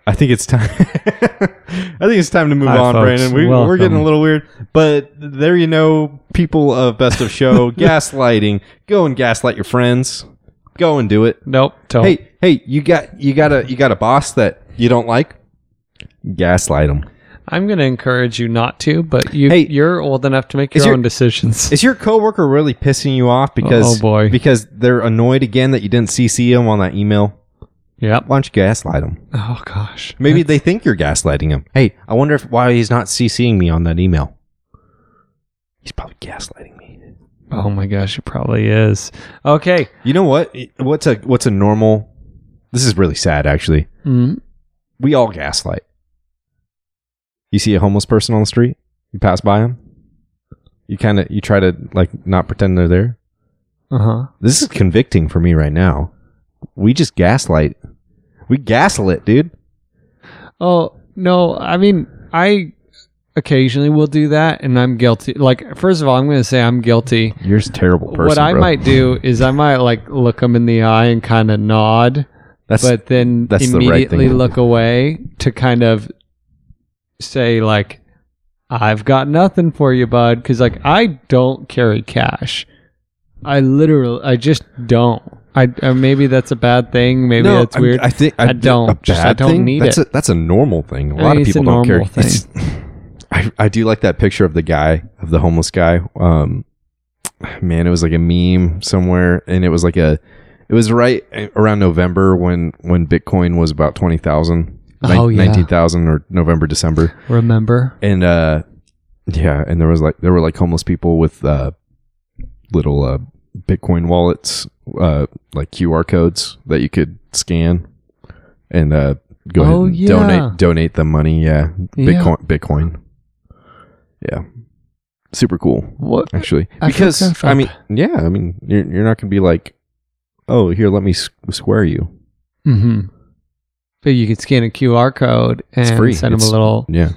Speaker 2: I think it's time. I think it's time to move
Speaker 1: Hi,
Speaker 2: on,
Speaker 1: folks.
Speaker 2: Brandon. We, we're
Speaker 1: Welcome.
Speaker 2: getting a little weird, but there you know, people of Best of Show, gaslighting. Go and gaslight your friends. Go and do it.
Speaker 1: Nope. Don't.
Speaker 2: Hey, hey, you got you got a you got a boss that you don't like? Gaslight him.
Speaker 1: I'm going to encourage you not to, but you,
Speaker 2: Hey,
Speaker 1: you're old enough to make
Speaker 2: is
Speaker 1: your
Speaker 2: your-
Speaker 1: own decisions.
Speaker 2: Is your coworker really pissing you off because
Speaker 1: Oh, boy.
Speaker 2: because they're annoyed again that you didn't CC them on that email?
Speaker 1: Yep.
Speaker 2: Why don't you gaslight them?
Speaker 1: Oh gosh.
Speaker 2: Maybe they think you're gaslighting him. Hey, I wonder if why he's not CCing me on that email. He's probably gaslighting me.
Speaker 1: Oh my gosh, it probably is. Okay.
Speaker 2: You know what? What's a what's a normal? This is really sad, actually.
Speaker 1: Mm,
Speaker 2: We all gaslight. You see a homeless person on the street, you pass by him, you kind of you try to like not pretend they're there.
Speaker 1: Uh huh.
Speaker 2: This is convicting for me right now. We just gaslight. We gaslit, dude.
Speaker 1: Oh no, I mean I occasionally will do that, and I'm guilty. Like first of all, I'm going to say I'm guilty.
Speaker 2: You're a terrible person.
Speaker 1: what I
Speaker 2: bro.
Speaker 1: might do is I might like look them in the eye and kind of nod,
Speaker 2: That's
Speaker 1: but then
Speaker 2: that's the right
Speaker 1: immediately
Speaker 2: thing to
Speaker 1: look
Speaker 2: do.
Speaker 1: away to kind of say like, "I've got nothing for you, bud," because like I don't carry cash. I literally, I just don't. I or maybe that's a bad thing. Maybe
Speaker 2: no,
Speaker 1: that's
Speaker 2: I-
Speaker 1: weird.
Speaker 2: I, think
Speaker 1: I
Speaker 2: a
Speaker 1: don't. Just, I
Speaker 2: bad
Speaker 1: don't
Speaker 2: thing?
Speaker 1: need
Speaker 2: that's
Speaker 1: it.
Speaker 2: A, that's a normal thing. A
Speaker 1: I
Speaker 2: lot
Speaker 1: mean,
Speaker 2: of
Speaker 1: it's
Speaker 2: people
Speaker 1: a
Speaker 2: don't care.
Speaker 1: normal thing.
Speaker 2: It's- I I do like that picture of the guy of the homeless guy. Um, man, it was like a meme somewhere, and it was like a. It was right around November when when Bitcoin was about twenty thousand.
Speaker 1: Oh, yeah.
Speaker 2: nineteen thousand or November December
Speaker 1: Remember?
Speaker 2: and uh yeah and there was like there were like homeless people with uh little uh bitcoin wallets uh like qr codes that you could scan and uh go
Speaker 1: Oh,
Speaker 2: ahead and
Speaker 1: yeah.
Speaker 2: donate donate the money yeah
Speaker 1: Yeah.
Speaker 2: bitcoin bitcoin yeah super cool
Speaker 1: What?
Speaker 2: actually
Speaker 1: I feel so
Speaker 2: because i
Speaker 1: fun.
Speaker 2: mean yeah i mean you're, you're not gonna be like oh here let me s- square you
Speaker 1: Mm-hmm. But you could scan a QR code and
Speaker 2: free.
Speaker 1: send them
Speaker 2: It's-
Speaker 1: a little.
Speaker 2: yeah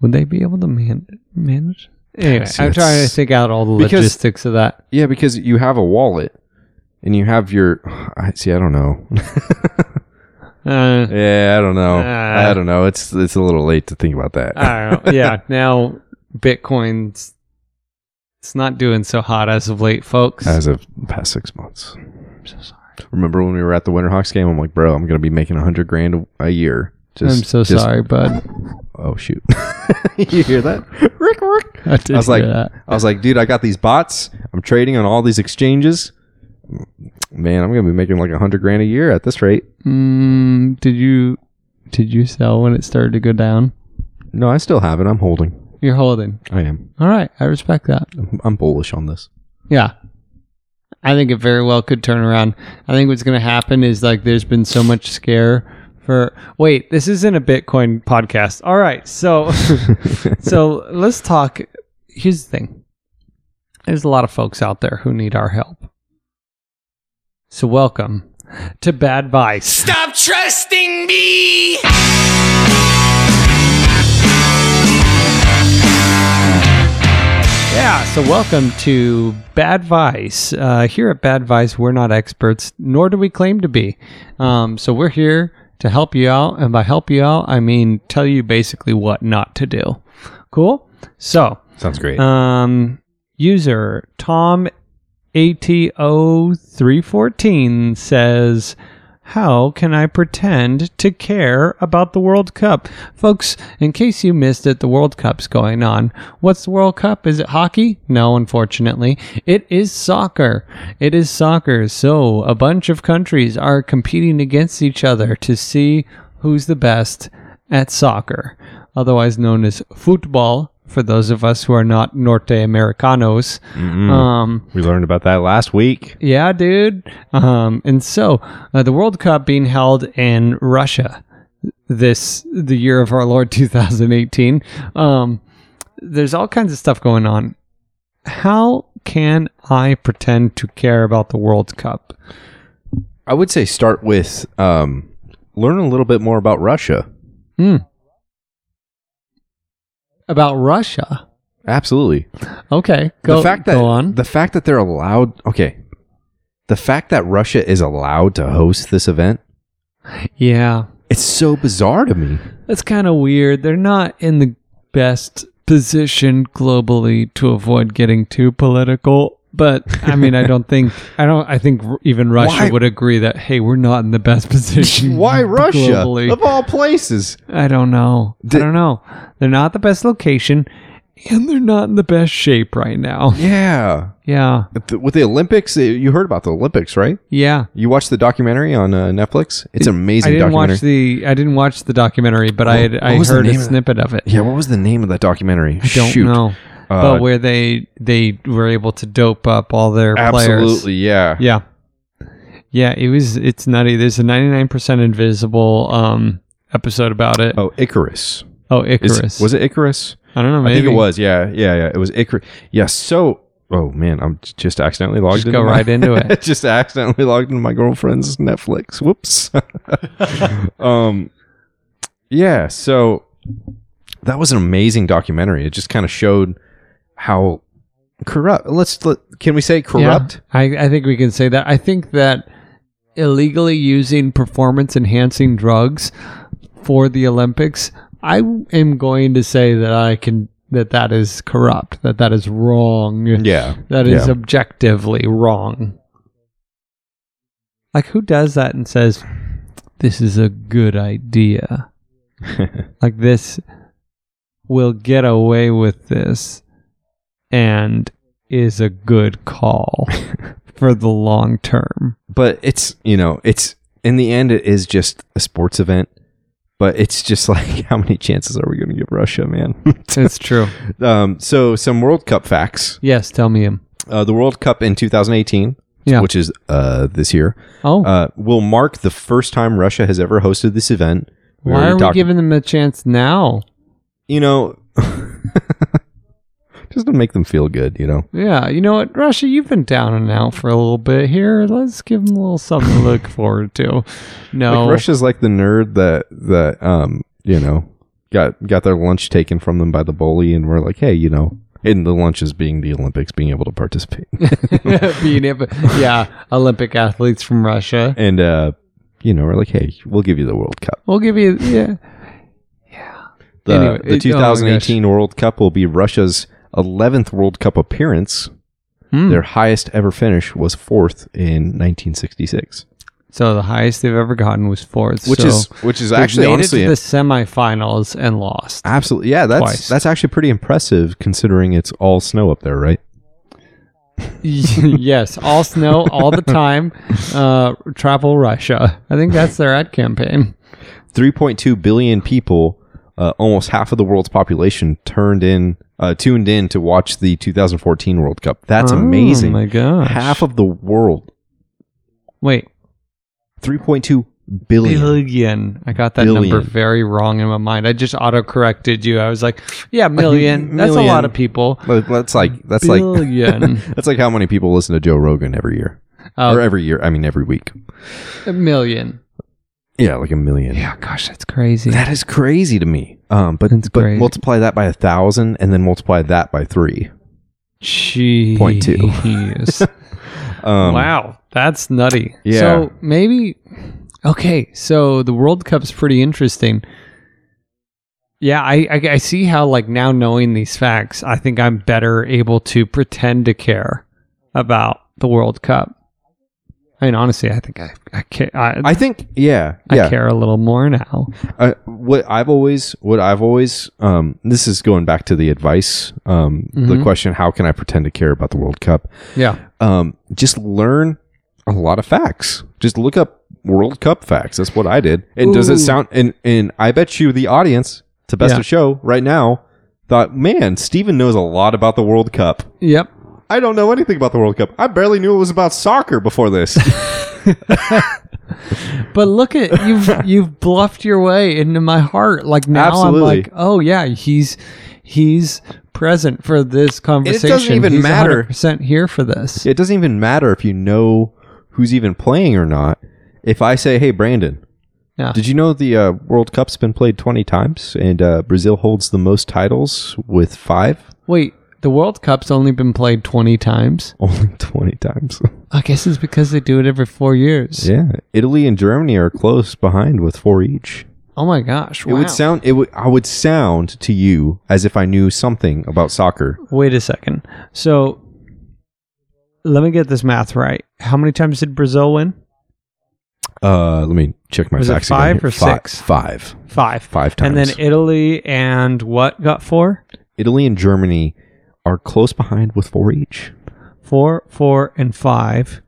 Speaker 1: Would they be able to man- manage? Anyway,
Speaker 2: See,
Speaker 1: I'm trying
Speaker 2: that's-
Speaker 1: to think out all the
Speaker 2: Because-
Speaker 1: logistics of that.
Speaker 2: Yeah, because you have a wallet and you have your. I see. I don't know.
Speaker 1: Uh,
Speaker 2: yeah, I don't know.
Speaker 1: Uh.
Speaker 2: I don't know. It's it's a little late to think about that.
Speaker 1: I don't know. yeah, now Bitcoin's it's not doing so hot as of late, folks.
Speaker 2: As of the past six months.
Speaker 1: I'm so sorry.
Speaker 2: Remember when we were at the Winterhawks game? I'm like, bro, I'm gonna be making a hundred grand a year. Just,
Speaker 1: I'm so
Speaker 2: just-
Speaker 1: sorry, bud.
Speaker 2: Oh shoot! you hear that? Rick, Rick.
Speaker 1: I, did
Speaker 2: I was like,
Speaker 1: hear that.
Speaker 2: I was like, dude, I got these bots. I'm trading on all these exchanges. Man, I'm gonna be making like a hundred grand a year at this rate.
Speaker 1: mm, did you did you sell when it started to go down?
Speaker 2: No, I still have it. I'm holding.
Speaker 1: You're holding.
Speaker 2: I am.
Speaker 1: All right, I respect that.
Speaker 2: I'm, I'm bullish on this.
Speaker 1: Yeah. I think it very well could turn around. I think what's going to happen is like there's been so much scare for wait, this isn't a Bitcoin podcast. All right. So so let's talk here's the thing. There's a lot of folks out there who need our help. So welcome to Bad Vice. Stop trusting me. Yeah, so welcome to Bad Vice. Uh, here at Bad Vice, we're not experts, nor do we claim to be. Um, so we're here to help you out, and by help you out, I mean tell you basically what not to do. Cool. So
Speaker 2: Sounds great.
Speaker 1: um, user Tom ATO314 says, How can I pretend to care about the World Cup? Folks, in case you missed it, the World Cup's going on. What's the World Cup? Is it hockey? No, unfortunately. It is soccer. It is soccer. So a bunch of countries are competing against each other to see who's the best at soccer, otherwise known as football for those of us who are not Norte Americanos. Um,
Speaker 2: We learned about that last week.
Speaker 1: yeah, dude. Um, and so uh, the World Cup being held in Russia this the year of our Lord 2018. Um, there's all kinds of stuff going on. How can I pretend to care about the World Cup?
Speaker 2: I would say start with um, learn a little bit more about Russia.
Speaker 1: About Russia?
Speaker 2: Absolutely.
Speaker 1: Okay, go,
Speaker 2: the fact that
Speaker 1: go on.
Speaker 2: the fact that they're allowed okay. The fact that Russia is allowed to host this event,
Speaker 1: yeah.
Speaker 2: it's so bizarre to me.
Speaker 1: That's kind of weird. They're not in the best position globally to avoid getting too political. But I mean, I don't think I don't. I think r- even Russia
Speaker 2: Why-
Speaker 1: would agree that hey, we're not in the best position.
Speaker 2: Why Russia?
Speaker 1: globally.
Speaker 2: Of all places.
Speaker 1: I don't know.
Speaker 2: Did-
Speaker 1: I don't know. They're not the best location, and they're not in the best shape right now.
Speaker 2: Yeah.
Speaker 1: Yeah,
Speaker 2: Th- With the Olympics, eh, you heard about the Olympics, right?
Speaker 1: yeah.
Speaker 2: You watched the documentary on uh, Netflix? It's an
Speaker 1: I
Speaker 2: amazing
Speaker 1: didn't
Speaker 2: documentary.
Speaker 1: watch the I didn't watch the documentary, but I had,
Speaker 2: What
Speaker 1: I
Speaker 2: was the
Speaker 1: heard a
Speaker 2: name of that?
Speaker 1: snippet of it.
Speaker 2: yeah, what was the name of that documentary?
Speaker 1: I don't
Speaker 2: Shoot.
Speaker 1: know.
Speaker 2: Uh,
Speaker 1: but where they they were able to dope up all their players.
Speaker 2: Absolutely, yeah.
Speaker 1: Yeah. Yeah, it was it's nutty. There's a 99% invisible um episode about it. Oh,
Speaker 2: Oh, Icarus.
Speaker 1: Icarus.
Speaker 2: Is, was it Icarus?
Speaker 1: I don't know,
Speaker 2: I
Speaker 1: maybe.
Speaker 2: think it was. Yeah, yeah, yeah. It was Icarus. Yeah. So oh man, I'm j- just accidentally logged
Speaker 1: Just
Speaker 2: into
Speaker 1: go
Speaker 2: my-
Speaker 1: right into it.
Speaker 2: just accidentally logged into my girlfriend's Netflix. Whoops. um, yeah. So that was an amazing documentary. It just kind of showed how corrupt. Let's let, can we say corrupt?
Speaker 1: Yeah, I, I think we can say that. I think that illegally using performance enhancing drugs for the Olympics, I am going to say that I can that that is corrupt. That that is wrong.
Speaker 2: Yeah.
Speaker 1: That is
Speaker 2: Yeah.
Speaker 1: objectively wrong. Like who does that and says this is a good idea? like this will get away with this and is a good call for the long term.
Speaker 2: but it's you know it's in the end it is just a sports event but it's just like how many chances are we going to give russia man
Speaker 1: It's true.
Speaker 2: um, so some world cup facts
Speaker 1: Yes, tell me him.
Speaker 2: uh, the world cup in 2018
Speaker 1: Yeah.
Speaker 2: which is uh, this year
Speaker 1: Oh,
Speaker 2: uh, will mark the first time russia has ever hosted this event We
Speaker 1: why
Speaker 2: already
Speaker 1: are we
Speaker 2: talked-
Speaker 1: giving them a chance now?
Speaker 2: you know just to make them feel good you know
Speaker 1: Yeah, you know what, Russia, you've been down and out for a little bit here. Let's give them a little something to look forward to. No,
Speaker 2: Like Russia's like the nerd that that um you know got got their lunch taken from them by the bully, and we're like, hey, you know, in the lunches being the Olympics, being able to participate,
Speaker 1: being able, yeah, Olympic athletes from Russia.
Speaker 2: and uh, you know, we're like, hey, we'll give you the World Cup.
Speaker 1: We'll give you, yeah,
Speaker 2: The,
Speaker 1: Anyway,
Speaker 2: the
Speaker 1: it- oh my gosh.
Speaker 2: 2018 World Cup will be Russia's 11th World Cup appearance.
Speaker 1: Hmm.
Speaker 2: Their highest ever finish was fourth in 1966,
Speaker 1: So the highest they've ever gotten was fourth,
Speaker 2: which
Speaker 1: so
Speaker 2: is which is
Speaker 1: they've
Speaker 2: actually
Speaker 1: made it
Speaker 2: honestly Ah.
Speaker 1: to the semifinals and lost.
Speaker 2: absolutely yeah that's
Speaker 1: Twice.
Speaker 2: that's actually pretty impressive considering it's all snow up there, right?
Speaker 1: yes, all snow all the time. Uh, travel Russia. I think that's their ad campaign.
Speaker 2: 3.2 billion people, uh, almost half of the world's population, turned in, uh, tuned in to watch the 2014 World Cup. That's amazing.
Speaker 1: Oh my gosh.
Speaker 2: Half of the world,
Speaker 1: Wait,
Speaker 2: 3.2 billion.
Speaker 1: billion. I got that number
Speaker 2: Billion.
Speaker 1: very wrong in my mind. I just auto corrected you. I was like, yeah, million. That's a lot
Speaker 2: million.
Speaker 1: of people.
Speaker 2: But That's like that's like
Speaker 1: billion.
Speaker 2: that's like how many people listen to Joe Rogan every year,
Speaker 1: Oh.
Speaker 2: or every year. I mean, every week.
Speaker 1: a million.
Speaker 2: Yeah, like a million.
Speaker 1: Yeah, Oh, gosh, that's crazy.
Speaker 2: That is crazy to me. Um, but
Speaker 1: That's
Speaker 2: but
Speaker 1: crazy.
Speaker 2: multiply that by a thousand, and then multiply that by three.
Speaker 1: Jeez.
Speaker 2: Point two. Um,
Speaker 1: wow, that's nutty.
Speaker 2: Yeah.
Speaker 1: So maybe okay. So the World Cup's pretty interesting. Yeah, I, I I see how like now knowing these facts, I think I'm better able to pretend to care about the World Cup. I mean, honestly, I think I I care I,
Speaker 2: I think yeah
Speaker 1: I
Speaker 2: yeah.
Speaker 1: care a little more now.
Speaker 2: I, what I've always, what I've always, um, this is going back to the advice, um,
Speaker 1: Mm-hmm.
Speaker 2: the question, how can I pretend to care about the World Cup?
Speaker 1: Yeah.
Speaker 2: Um, just learn a lot of facts. Just look up World Cup facts. That's what I did. And does
Speaker 1: Ooh.
Speaker 2: it sound? And and I bet you the audience to best
Speaker 1: Yeah.
Speaker 2: of show right now thought, man, Steven knows a lot about the World Cup.
Speaker 1: Yep.
Speaker 2: I don't know anything about the World Cup. I barely knew it was about soccer before this.
Speaker 1: But look at you've you've bluffed your way into my heart. Like now
Speaker 2: Absolutely.
Speaker 1: I'm like, oh yeah, he's he's present for this conversation.
Speaker 2: even
Speaker 1: he's
Speaker 2: matter.
Speaker 1: Percent here for this.
Speaker 2: It doesn't even matter if you know who's even playing or not. If I say, "Hey, Brandon,
Speaker 1: Yeah.
Speaker 2: did you know the uh, World Cup's been played twenty times and uh, Brazil holds the most titles with five?
Speaker 1: Wait, the World Cup's only been played twenty times.
Speaker 2: Only twenty times.
Speaker 1: I guess it's because they do it every four years.
Speaker 2: yeah, Italy and Germany are close behind with four each.
Speaker 1: Oh my gosh!
Speaker 2: It
Speaker 1: wow.
Speaker 2: would sound it would I would sound to you as if I knew something about soccer.
Speaker 1: Wait a second. So let me get this math right. How many times did Brazil win?
Speaker 2: Uh, let me check my
Speaker 1: Was it
Speaker 2: facts again
Speaker 1: five
Speaker 2: here.
Speaker 1: or
Speaker 2: Fi-
Speaker 1: six?
Speaker 2: Five.
Speaker 1: Five.
Speaker 2: Five
Speaker 1: And then
Speaker 2: times.
Speaker 1: Italy and what got four?
Speaker 2: Italy and Germany are close behind with four each.
Speaker 1: four, four, and five.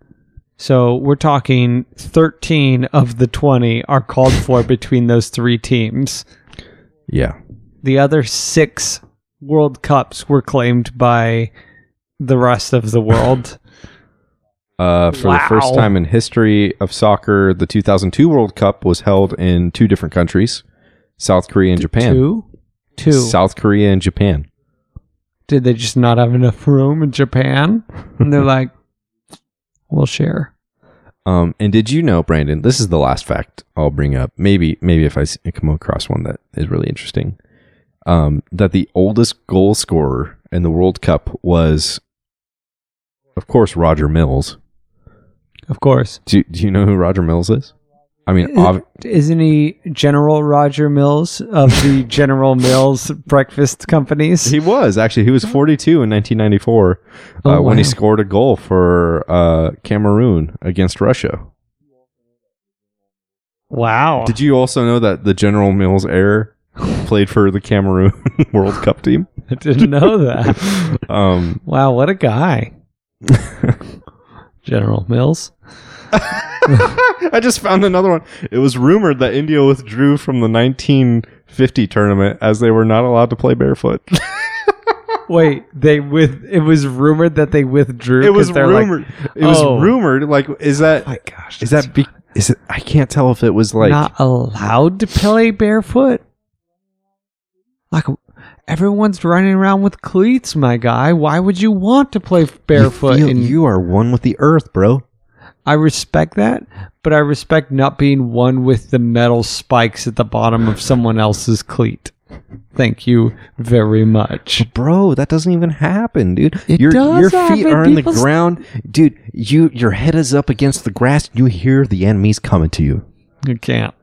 Speaker 1: So we're talking 13 of the 20 are called for between those three teams.
Speaker 2: Yeah.
Speaker 1: The other six World Cups were claimed by the rest of the world.
Speaker 2: Uh, for the first
Speaker 1: Wow.
Speaker 2: time in history of soccer, the 2002 World Cup was held in two different countries, South Korea and Japan.
Speaker 1: Two? Two.
Speaker 2: South Korea and Japan.
Speaker 1: Did they just not have enough room in Japan? And they're like, we'll share.
Speaker 2: Um, and did you know, Brandon? This is the last fact I'll bring up. Maybe, maybe if I s- come across one that is really interesting, um, that the oldest goal scorer in the World Cup was, of course, Roger Mills.
Speaker 1: Of course.
Speaker 2: Do, do you know who Roger Mills is? I mean, ob-
Speaker 1: Isn't he General Roger Mills of the General Mills breakfast companies?
Speaker 2: he was actually he was 42 in 1994 uh,
Speaker 1: Oh,
Speaker 2: when he
Speaker 1: wow.
Speaker 2: scored a goal for uh, Cameroon against Russia.
Speaker 1: wow.
Speaker 2: Did you also know that the General Mills heir played for the Cameroon World Cup team?
Speaker 1: I didn't know that.
Speaker 2: Um,
Speaker 1: Wow, what a guy. General Mills.
Speaker 2: I just found another one. It was rumored that India withdrew from the 1950 tournament as they were not allowed to play barefoot.
Speaker 1: Wait, they with it was rumored that they withdrew.
Speaker 2: it
Speaker 1: 'cause
Speaker 2: was
Speaker 1: they're like-
Speaker 2: rumored. it was
Speaker 1: oh.
Speaker 2: rumored. Like, is that?
Speaker 1: oh my gosh,
Speaker 2: is
Speaker 1: that's
Speaker 2: that? Be, is it? I can't tell if it was like.
Speaker 1: not allowed to play barefoot? Like everyone's running around with cleats, my guy. Why would you want to play barefoot?
Speaker 2: You, feel-
Speaker 1: in-
Speaker 2: you are one with the earth, bro.
Speaker 1: I respect that, but I respect not being one with the metal spikes at the bottom of someone else's cleat. Thank you very much.
Speaker 2: Bro, that doesn't even happen, dude.
Speaker 1: It
Speaker 2: your
Speaker 1: does
Speaker 2: your feet
Speaker 1: happen.
Speaker 2: are in the
Speaker 1: People's-
Speaker 2: ground, dude. You your head is up against the grass. You hear the enemies coming to you.
Speaker 1: You can't.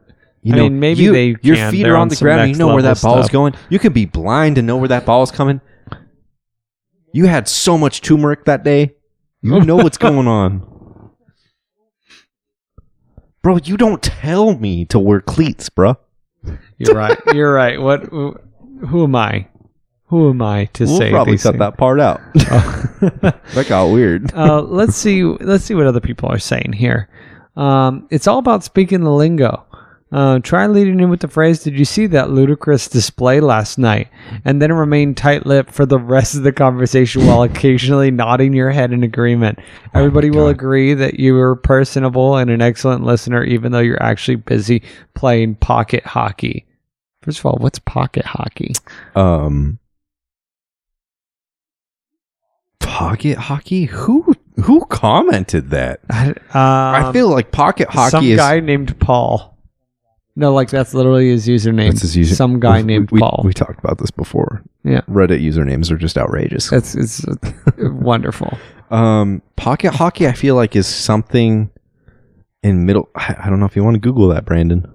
Speaker 2: You
Speaker 1: I
Speaker 2: know,
Speaker 1: mean, maybe
Speaker 2: you-
Speaker 1: they
Speaker 2: your
Speaker 1: can.
Speaker 2: feet
Speaker 1: They're
Speaker 2: are on
Speaker 1: on
Speaker 2: the
Speaker 1: some
Speaker 2: ground. and You
Speaker 1: next
Speaker 2: know where that
Speaker 1: level
Speaker 2: ball is
Speaker 1: stuff.
Speaker 2: going. You could be blind to know where that ball is coming. You had so much turmeric that day. You know what's going on, bro. You don't tell me to wear cleats, bro.
Speaker 1: You're right. You're right. What? Who am I? Who am I to
Speaker 2: We'll
Speaker 1: say?
Speaker 2: probably
Speaker 1: these
Speaker 2: cut that part out.
Speaker 1: things?
Speaker 2: that got weird.
Speaker 1: uh, let's see. Let's see what other people are saying here. Um, it's all about speaking the lingo. Uh, try leading in with the phrase, "Did you see that ludicrous display last night?" and then remain tight-lipped for the rest of the conversation while occasionally nodding your head in agreement.
Speaker 2: Oh
Speaker 1: Everybody will agree that you are personable and an excellent listener, even though you're actually busy playing pocket hockey. First of all, what's pocket hockey?
Speaker 2: Um, pocket hockey. Who who commented that?
Speaker 1: I, um,
Speaker 2: I feel like pocket hockey
Speaker 1: some
Speaker 2: is
Speaker 1: guy named Paul. No, like that's literally his username.
Speaker 2: That's his user-
Speaker 1: Some guy
Speaker 2: we-
Speaker 1: named
Speaker 2: we,
Speaker 1: Paul.
Speaker 2: We talked about this before.
Speaker 1: Yeah.
Speaker 2: Reddit usernames are just outrageous.
Speaker 1: that's it's uh, wonderful.
Speaker 2: Um, pocket hockey, I feel like is something in middle. I, I don't know if you want to Google that, Brandon.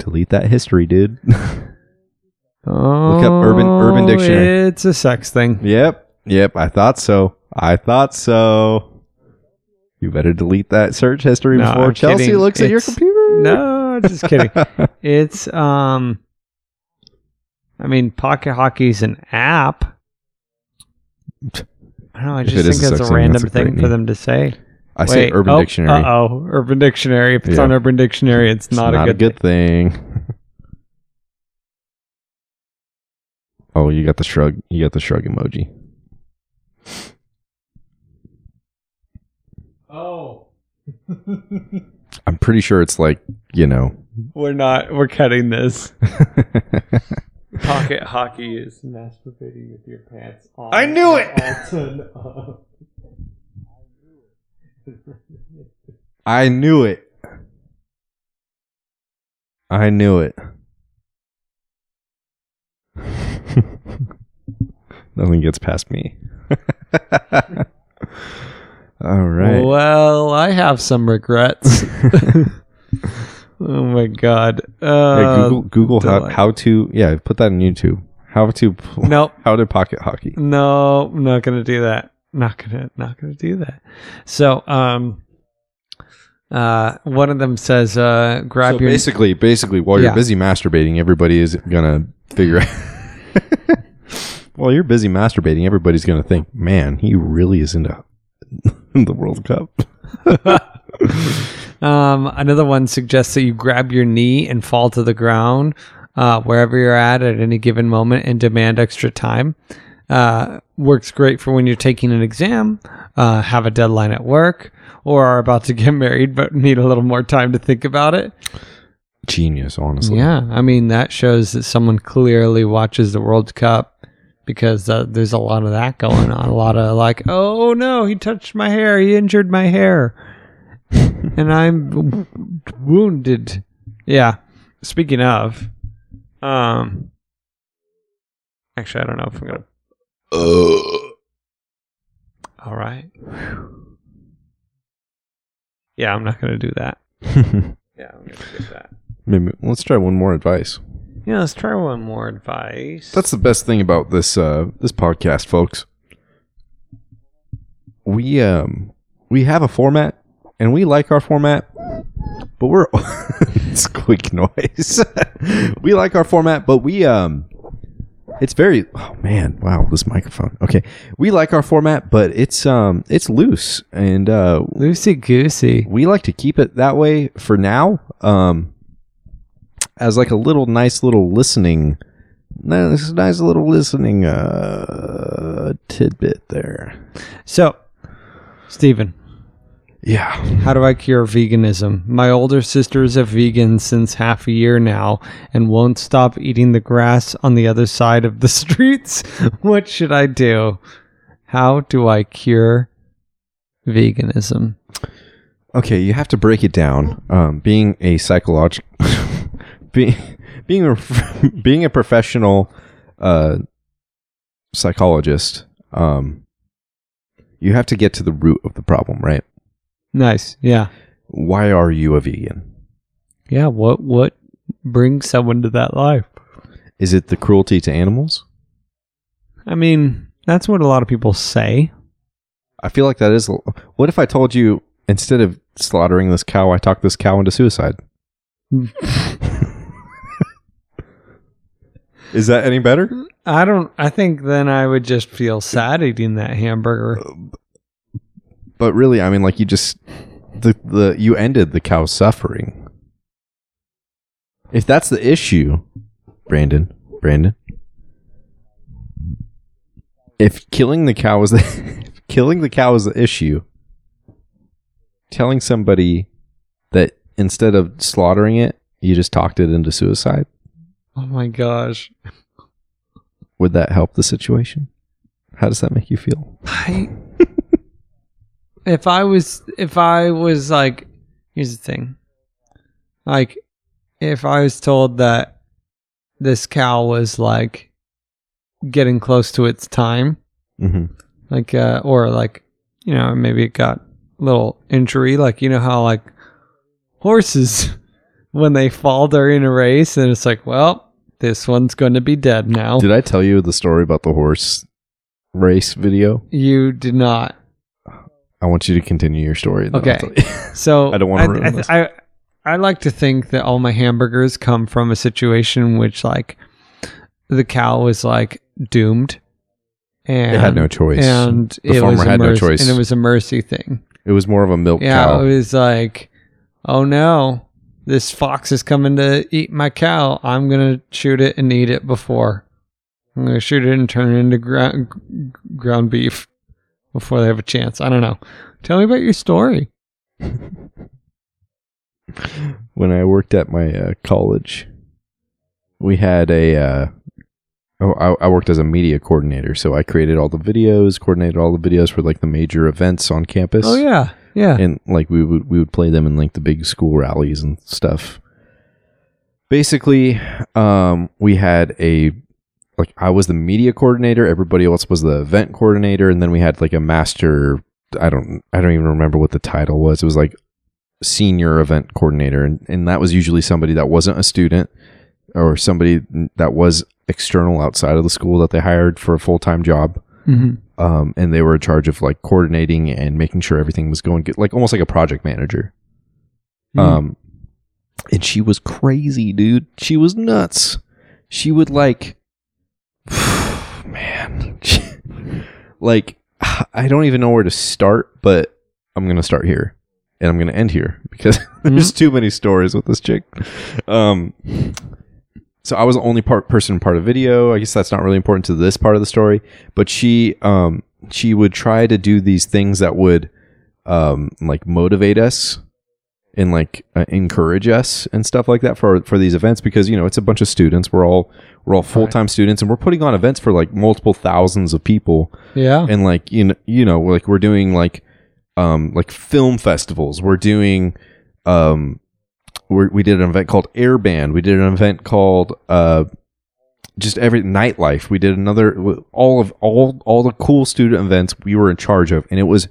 Speaker 2: Delete that history, dude.
Speaker 1: Oh,
Speaker 2: up Urban- Urban Dictionary.
Speaker 1: It's a sex thing.
Speaker 2: yep, yep. I thought so. I thought so. You better delete that search history
Speaker 1: No,
Speaker 2: before
Speaker 1: I'm
Speaker 2: Chelsea
Speaker 1: kidding.
Speaker 2: looks at your
Speaker 1: It's-
Speaker 2: computer.
Speaker 1: No, just kidding. it's um, I mean, Pocket Hockey's an app. I don't know. I
Speaker 2: If
Speaker 1: just
Speaker 2: it
Speaker 1: think
Speaker 2: is a
Speaker 1: that's
Speaker 2: sex
Speaker 1: a
Speaker 2: thing,
Speaker 1: random
Speaker 2: that's a great
Speaker 1: thing for
Speaker 2: name.
Speaker 1: them to say.
Speaker 2: I say
Speaker 1: Wait,
Speaker 2: Urban
Speaker 1: oh,
Speaker 2: Dictionary.
Speaker 1: Uh oh, Urban Dictionary. If it's
Speaker 2: Yeah.
Speaker 1: on Urban Dictionary, it's,
Speaker 2: It's not, a good, thing. oh, you got the shrug. You got the shrug emoji.
Speaker 1: Oh,
Speaker 2: I'm pretty sure it's like you know.
Speaker 1: we're not. We're cutting this. Pocket hockey is masturbating with your pants on. I knew it.
Speaker 2: I knew it. I knew it. Nothing gets past me. All right.
Speaker 1: Well, I have some regrets. oh my god. Uh,
Speaker 2: Yeah, Google Google how,
Speaker 1: delight.
Speaker 2: how to yeah put that on YouTube. How to pl-
Speaker 1: Nope.
Speaker 2: how to pocket hockey.
Speaker 1: No, I'm not gonna do that. Not gonna, not gonna do that. So, um, uh, one of them says, uh, grab
Speaker 2: So
Speaker 1: your.
Speaker 2: basically, basically, while you're
Speaker 1: Yeah.
Speaker 2: busy masturbating, everybody is gonna figure out. while you're busy masturbating, everybody's gonna think, "Man, he really is into the World Cup."
Speaker 1: Um, another one suggests that you grab your knee and fall to the ground uh, wherever you're at at any given moment and demand extra time. Uh, works great for when you're taking an exam, uh, have a deadline at work, or are about to get married but need a little more time to think about it.
Speaker 2: Genius, honestly.
Speaker 1: Yeah, I mean, that shows that someone clearly watches the World Cup because uh, there's a lot of that going on. A lot of like, oh no, he touched my hair. He injured my hair, and I'm w- wounded. Yeah. Speaking of, um, actually, I don't know if I'm gonna. All right. Yeah, I'm not gonna do that. Yeah, I'm gonna skip that.
Speaker 2: Maybe let's try one more advice.
Speaker 1: Yeah, let's try one more advice.
Speaker 2: That's the best thing about this uh, this podcast, folks. We um we have a format, and we like our format, but we're squeak noise. we like our format, but we um it's very oh man wow this microphone okay we like our format but it's um it's loose and uh
Speaker 1: Loosey goosey.
Speaker 2: we like to keep it that way for now um as like a little nice little listening nice, nice little listening uh tidbit there
Speaker 1: So, Stephen,
Speaker 2: yeah
Speaker 1: How do I cure veganism? My older sister is a vegan since half a year now and won't stop eating the grass on the other side of the streets. What should I do? How do I cure veganism?
Speaker 2: okay you have to break it down um being a psychological being being a being a professional uh psychologist um you have to get to the root of the problem right
Speaker 1: Nice. Yeah.
Speaker 2: why are you a vegan?
Speaker 1: Yeah, what what brings someone to that life?
Speaker 2: Is it the cruelty to animals?
Speaker 1: I mean, that's what a lot of people say.
Speaker 2: I feel like that is. What if I told you instead of slaughtering this cow, I talked this cow into suicide? is that any better?
Speaker 1: I don't I think then I would just feel sad eating that hamburger.
Speaker 2: But really, I mean, like you just the the you ended the cow's suffering. If that's the issue, Brandon, Brandon, if killing the cow is the if killing the cow is the issue, telling somebody that instead of slaughtering it, you just talked it into suicide,
Speaker 1: Oh my gosh.
Speaker 2: would that help the situation? How does that make you feel?
Speaker 1: I, if I was, if I was like, here's the thing, like, if I was told that this cow was like getting close to its time,
Speaker 2: Mm-hmm.
Speaker 1: like, uh, or like, you know, maybe it got a little injury, like, you know how like horses when they fall during a race, and it's like, well, this one's going to be dead now.
Speaker 2: Did I tell you the story about the horse race video?
Speaker 1: you did not.
Speaker 2: I want you to continue your story. and then
Speaker 1: Okay.
Speaker 2: I'll tell you.
Speaker 1: So
Speaker 2: I don't wanna
Speaker 1: I-
Speaker 2: ruin
Speaker 1: I,
Speaker 2: this.
Speaker 1: I, I like to think that all my hamburgers come from a situation which like the cow was like doomed, and
Speaker 2: had no choice.
Speaker 1: and
Speaker 2: The
Speaker 1: it was
Speaker 2: farmer
Speaker 1: a
Speaker 2: had no
Speaker 1: mercy,
Speaker 2: choice.
Speaker 1: and it was a mercy thing.
Speaker 2: It was more of a milk
Speaker 1: Yeah,
Speaker 2: cow.
Speaker 1: it was like, oh no, this fox is coming to eat my cow. I'm gonna shoot it and eat it before. I'm gonna shoot it and turn it into ground ground beef before they have a chance. I don't know. Tell me about your story.
Speaker 2: when I worked at my uh, college, we had a. Uh, oh, I, I worked as a media coordinator, so I created all the videos, coordinated all the videos for like the major events on campus.
Speaker 1: Oh yeah, yeah.
Speaker 2: and like we would we would play them in like the big school rallies and stuff. Basically, um, we had a like I was the media coordinator, everybody else was the event coordinator, and then we had like a master. I don't I don't even remember what the title was. It was like senior event coordinator, and, and that was usually somebody that wasn't a student or somebody that was external outside of the school that they hired for a full time job
Speaker 1: Mm-hmm.
Speaker 2: um, and they were in charge of like coordinating and making sure everything was going good, like almost like a project manager.
Speaker 1: Hmm.
Speaker 2: Um, and she was crazy, dude. She was nuts. She would like, man, she- like I don't even know where to start, but I'm gonna start here and I'm gonna end here because there's too many stories with this chick. Um, so I was the only part person part of video. I guess that's not really important to this part of the story, but she um she would try to do these things that would um like motivate us and like uh, encourage us and stuff like that for for these events because you know it's a bunch of students. We're all we're all full time students and we're putting on events for like multiple thousands of people
Speaker 1: Yeah.
Speaker 2: and like you know, you know like we're doing like um like film festivals we're doing um we're, we did an event called air band we did an event called uh just every nightlife we did another all of all all the cool student events we were in charge of and it was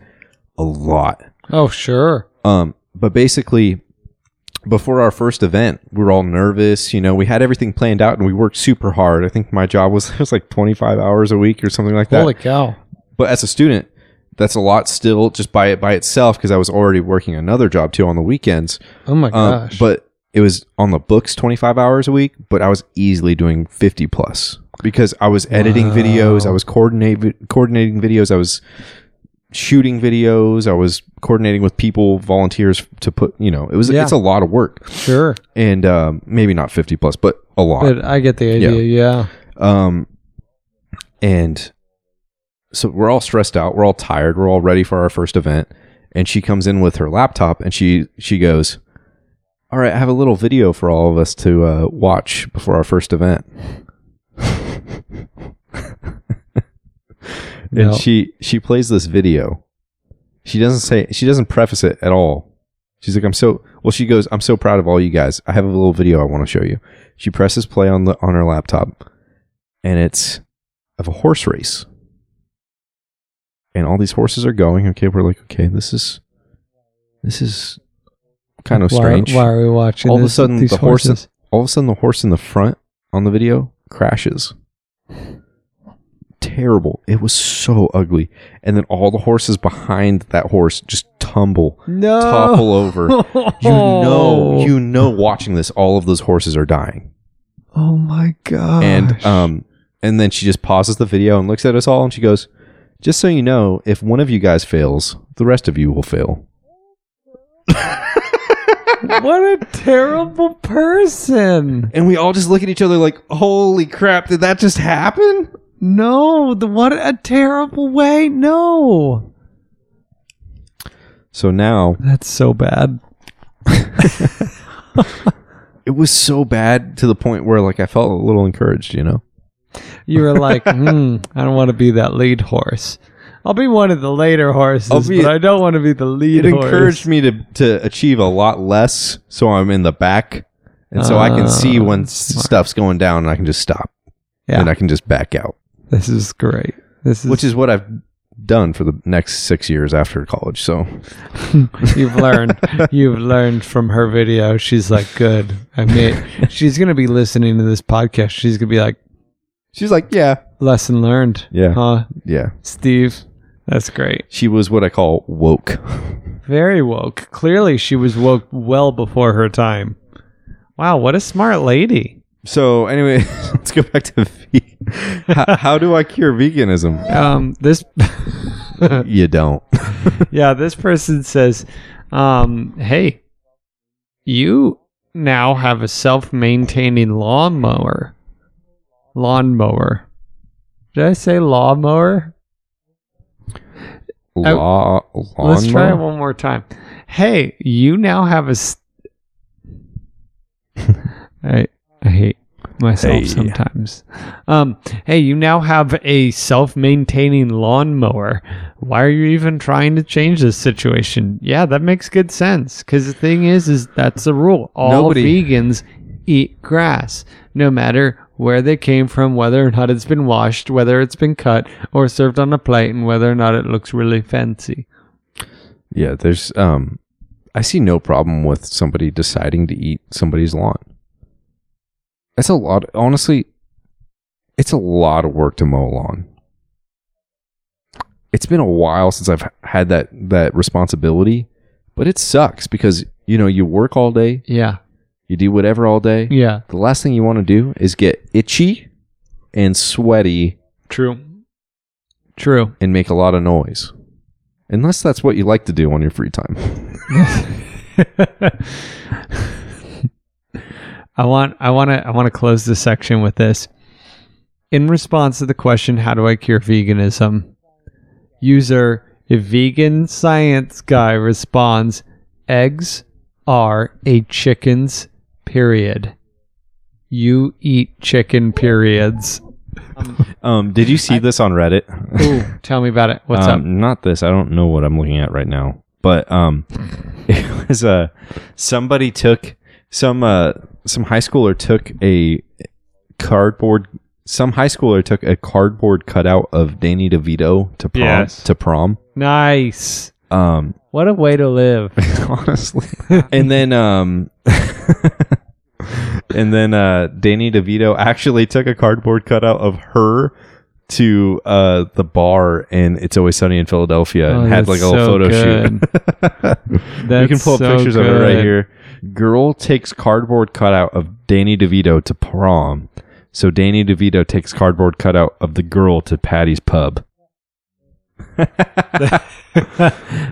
Speaker 2: a lot
Speaker 1: oh, sure.
Speaker 2: um, but basically, before our first event, we were all nervous. You know, we had everything planned out and we worked super hard. I think my job was it was like 25 hours a week or something like that.
Speaker 1: Holy cow.
Speaker 2: but as a student, that's a lot still just by it by itself because I was already working another job too on the weekends.
Speaker 1: Oh my
Speaker 2: Um,
Speaker 1: gosh.
Speaker 2: but it was on the books 25 hours a week, but I was easily doing 50 plus because I was editing videos, I was coordinating coordinating videos, I was shooting videos, I was coordinating with people, volunteers to put, you know, it was
Speaker 1: Yeah.
Speaker 2: it's a lot of work.
Speaker 1: sure.
Speaker 2: And um, maybe not 50 plus, but a lot.
Speaker 1: But I get the idea. Yeah.
Speaker 2: Um, and so we're all stressed out. We're all tired. We're all ready for our first event. And she comes in with her laptop and she she goes, "All right, I have a little video for all of us to uh, watch before our first event."
Speaker 1: No.
Speaker 2: And she she plays this video. She doesn't say she doesn't preface it at all. She's like, "I'm so well." She goes, "I'm so proud of all you guys. I have a little video I want to show you." She presses play on the on her laptop and it's of a horse race. And all these horses are going. Okay, we're like, okay, this is this is kind of
Speaker 1: why,
Speaker 2: strange.
Speaker 1: Why are we watching?
Speaker 2: all of a
Speaker 1: this-
Speaker 2: sudden,
Speaker 1: these
Speaker 2: the horse,
Speaker 1: horses.
Speaker 2: all of a sudden, the horse in the front on the video crashes. Terrible! It was so ugly. And then all the horses behind that horse just tumble,
Speaker 1: no.
Speaker 2: topple over. You know, you know, watching this, all of those horses are dying
Speaker 1: Oh my god.
Speaker 2: and um and then she just pauses the video and looks at us all and she goes just so you know if one of you guys fails the rest of you will fail
Speaker 1: what a terrible person.
Speaker 2: and we all just look at each other like holy crap did that just happen
Speaker 1: No, the, what a terrible way. No.
Speaker 2: so now
Speaker 1: That's so bad.
Speaker 2: it was so bad to the point where like i felt a little encouraged you know
Speaker 1: You were like, hmm, I don't want to be that lead horse. I'll be one of the later horses,
Speaker 2: I'll be-
Speaker 1: but I don't want to be the
Speaker 2: it
Speaker 1: lead horse.
Speaker 2: encouraged me to to achieve a lot less so i'm in the back and so i can see
Speaker 1: Ah,
Speaker 2: when s- stuff's going down and i can just stop
Speaker 1: Yeah.
Speaker 2: and i can just back out
Speaker 1: This is great. This is
Speaker 2: which is what i've done for the next six years after college so
Speaker 1: You've learned. You've learned from her video. She's like, good. I mean, she's gonna be listening to this podcast. She's gonna be like,
Speaker 2: she's like yeah
Speaker 1: lesson learned.
Speaker 2: Yeah.
Speaker 1: huh,
Speaker 2: Yeah.
Speaker 1: Steve? That's great.
Speaker 2: She was what I call woke.
Speaker 1: Very woke. Clearly, she was woke well before her time. Wow, what a smart lady.
Speaker 2: So anyway, let's go back to ve- how, how do I cure veganism?
Speaker 1: Um, this,
Speaker 2: You don't.
Speaker 1: yeah, this person says, um, hey, you now have a self-maintaining lawnmower. Lawnmower. Did I say lawnmower? I-
Speaker 2: Law,
Speaker 1: Let's try it
Speaker 2: lawnmower?
Speaker 1: one more time. Hey, you now have a. St- I I hate myself
Speaker 2: Hey.
Speaker 1: sometimes. Um, hey, you now have a self-maintaining lawnmower. Why are you even trying to change this situation? Yeah, that makes good sense. Because the thing is, is that's the rule. All
Speaker 2: Nobody-
Speaker 1: vegans eat grass, no matter where they came from, whether or not it's been washed, whether it's been cut or served on a plate, and whether or not it looks really fancy.
Speaker 2: Yeah, there's um I see no problem with somebody deciding to eat somebody's lawn. That's a lot honestly, it's a lot of work to mow a lawn. It's been a while since I've had that that responsibility, but it sucks because you know, you work all day,
Speaker 1: Yeah.
Speaker 2: you do whatever all day.
Speaker 1: Yeah.
Speaker 2: The last thing you want to do is get itchy and sweaty
Speaker 1: True. True.
Speaker 2: and make a lot of noise. Unless that's what you like to do on your free time.
Speaker 1: I want I want to I want to close this section with this. In response to the question how do I cure veganism? User a vegan science guy responds eggs, are a chicken's period. You eat chicken periods.
Speaker 2: Um, did you see this on Reddit?
Speaker 1: Ooh, tell me about it. What's
Speaker 2: um,
Speaker 1: up?
Speaker 2: Not this. I don't know what I'm looking at right now, but um, it was uh, somebody took some uh, some high schooler took a cardboard. Some high schooler took a cardboard cutout of Danny DeVito to prom.
Speaker 1: Yes.
Speaker 2: To prom.
Speaker 1: Nice.
Speaker 2: Um,
Speaker 1: What a way to live.
Speaker 2: honestly. and then um and then uh Danny DeVito actually took a cardboard cutout of her to uh the bar and it's always sunny in Philadelphia
Speaker 1: Oh,
Speaker 2: and had
Speaker 1: that's
Speaker 2: like a
Speaker 1: so
Speaker 2: little photo
Speaker 1: good.
Speaker 2: shoot. we can
Speaker 1: That's
Speaker 2: pull up
Speaker 1: so
Speaker 2: pictures of it right
Speaker 1: good.
Speaker 2: here. Girl takes cardboard cutout of Danny DeVito to prom. So Danny DeVito takes cardboard cutout of the girl to Patty's pub.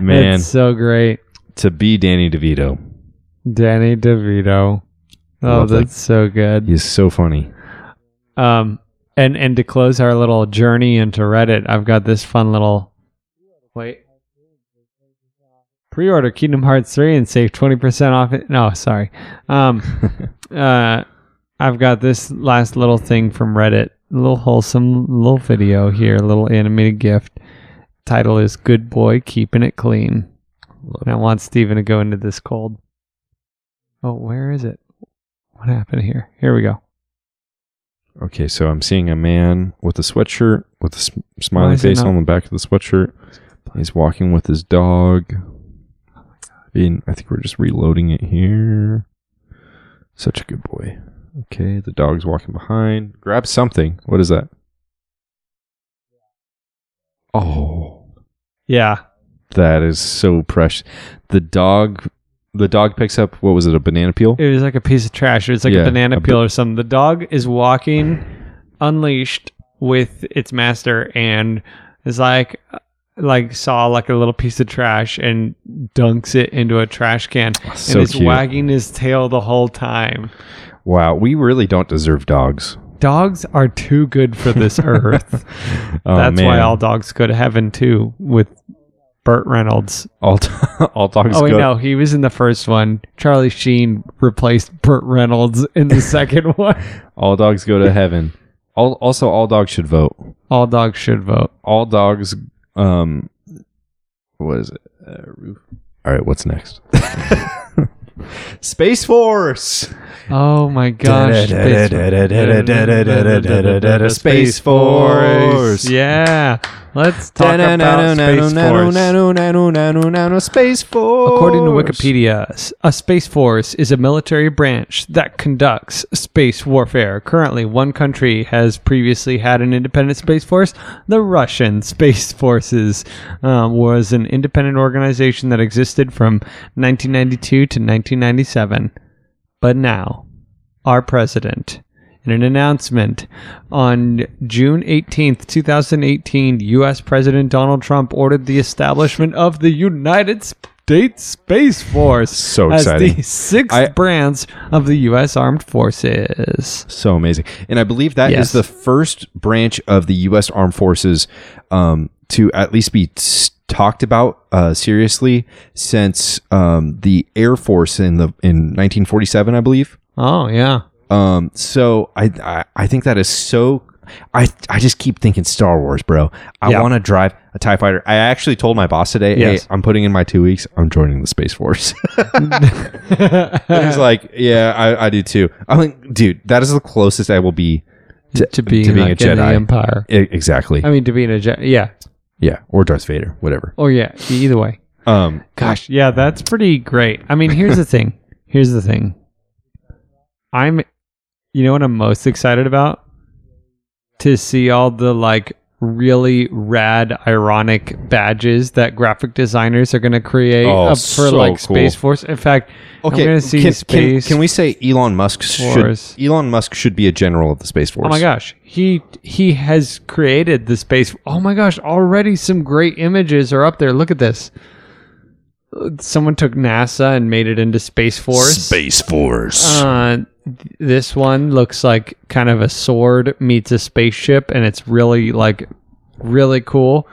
Speaker 2: Man,
Speaker 1: It's so great.
Speaker 2: to be Danny DeVito.
Speaker 1: Danny DeVito. Oh,
Speaker 2: Lovely.
Speaker 1: that's so good.
Speaker 2: He's so funny.
Speaker 1: Um, and and to close our little journey into Reddit, I've got this fun little wait. Pre-order Kingdom Hearts three and save twenty percent off. It. No, sorry. Um, uh, I've got this last little thing from Reddit. A little wholesome little video here, a little animated gift. Title is "Good Boy Keeping It Clean." And I want Steven to go into this cold. Oh, where is it? What happened here? Here we go.
Speaker 2: Okay, so I'm seeing a man with a sweatshirt with a sm- smiley
Speaker 1: is it
Speaker 2: face
Speaker 1: not-
Speaker 2: on the back of the sweatshirt. He's walking with his dog.
Speaker 1: Oh
Speaker 2: And I think we're just reloading it here. Such a good boy. Okay, the dog's walking behind. Grab something. What is that? Oh,
Speaker 1: Yeah,
Speaker 2: that is so precious. The dog, the dog picks up. What was it? A banana peel?
Speaker 1: It was like a piece of trash. It was like
Speaker 2: Yeah,
Speaker 1: a banana
Speaker 2: a
Speaker 1: peel or something. The dog is walking unleashed with its master and is like like saw like a little piece of trash and dunks it into a trash can
Speaker 2: so
Speaker 1: and is
Speaker 2: cute.
Speaker 1: wagging his tail the whole time.
Speaker 2: Wow, we really don't deserve dogs.
Speaker 1: Dogs are too good for this earth.
Speaker 2: Oh,
Speaker 1: That's why
Speaker 2: man.
Speaker 1: all dogs go to heaven too with Burt Reynolds.
Speaker 2: all, do- all dogs
Speaker 1: Oh wait,
Speaker 2: go.
Speaker 1: no, he was in the first one. Charlie Sheen replaced Burt Reynolds in the second one.
Speaker 2: All dogs go to heaven. All, also, all dogs should vote.
Speaker 1: All dogs should vote.
Speaker 2: All dogs. Um, what is it? Uh, roof. All right, what's next? Space Force.
Speaker 1: Oh my gosh.
Speaker 2: Space Force.
Speaker 1: Yeah. Let's talk about Space Force.
Speaker 2: Space Force.
Speaker 1: According to Wikipedia, s- a Space Force is a military branch that conducts space warfare. Currently, one country has previously had an independent Space Force. The Russian Space Forces um, was an independent organization that existed from 1992 to 1997. But now, our president. In an announcement on June 18th, 2018, U.S. President Donald Trump ordered the establishment of the United States Space Force
Speaker 2: So
Speaker 1: as
Speaker 2: exciting.
Speaker 1: the sixth
Speaker 2: I-
Speaker 1: branch of the U.S. Armed Forces.
Speaker 2: So amazing. And I believe that is
Speaker 1: Yes.
Speaker 2: the first branch of the U.S. Armed Forces um, to at least be s- talked about uh, seriously since um, the Air Force in the in 1947, I believe.
Speaker 1: Oh, yeah.
Speaker 2: Um, so I, I I think that is so. I I just keep thinking Star Wars, bro. I
Speaker 1: Yeah.
Speaker 2: want to drive a Tie Fighter. I actually told my boss today,
Speaker 1: Yes.
Speaker 2: "Hey, I'm putting in my two weeks. I'm joining the Space Force." and he's like, "Yeah, I, I do too." I'm like, "Dude, that is the closest I will be to,
Speaker 1: To being,
Speaker 2: being
Speaker 1: like
Speaker 2: a
Speaker 1: in the
Speaker 2: Jedi."
Speaker 1: Empire.
Speaker 2: E- exactly.
Speaker 1: I mean, to being a Jedi. Yeah.
Speaker 2: yeah, or Darth Vader, whatever.
Speaker 1: Or, yeah, either way.
Speaker 2: Um,
Speaker 1: Gosh, yeah, that's pretty great. I mean, here's the thing. Here's the thing. I'm, you know what I'm most excited about? To see all the like really rad, ironic badges that graphic designers are going to create
Speaker 2: Oh,
Speaker 1: up for
Speaker 2: so
Speaker 1: like
Speaker 2: cool.
Speaker 1: Space Force. In fact, I'm
Speaker 2: okay,
Speaker 1: going to see
Speaker 2: can, can,
Speaker 1: Space.
Speaker 2: can we say Elon Musk should
Speaker 1: Force.
Speaker 2: Elon Musk should be a general of the Space Force?
Speaker 1: Oh my gosh, he he has created the space. Oh my gosh, already some great images are up there. Look at this. Uh, Someone took NASA and made it into Space Force.
Speaker 2: Space Force.
Speaker 1: Uh, th- this one looks like kind of a sword meets a spaceship, and it's really like really cool.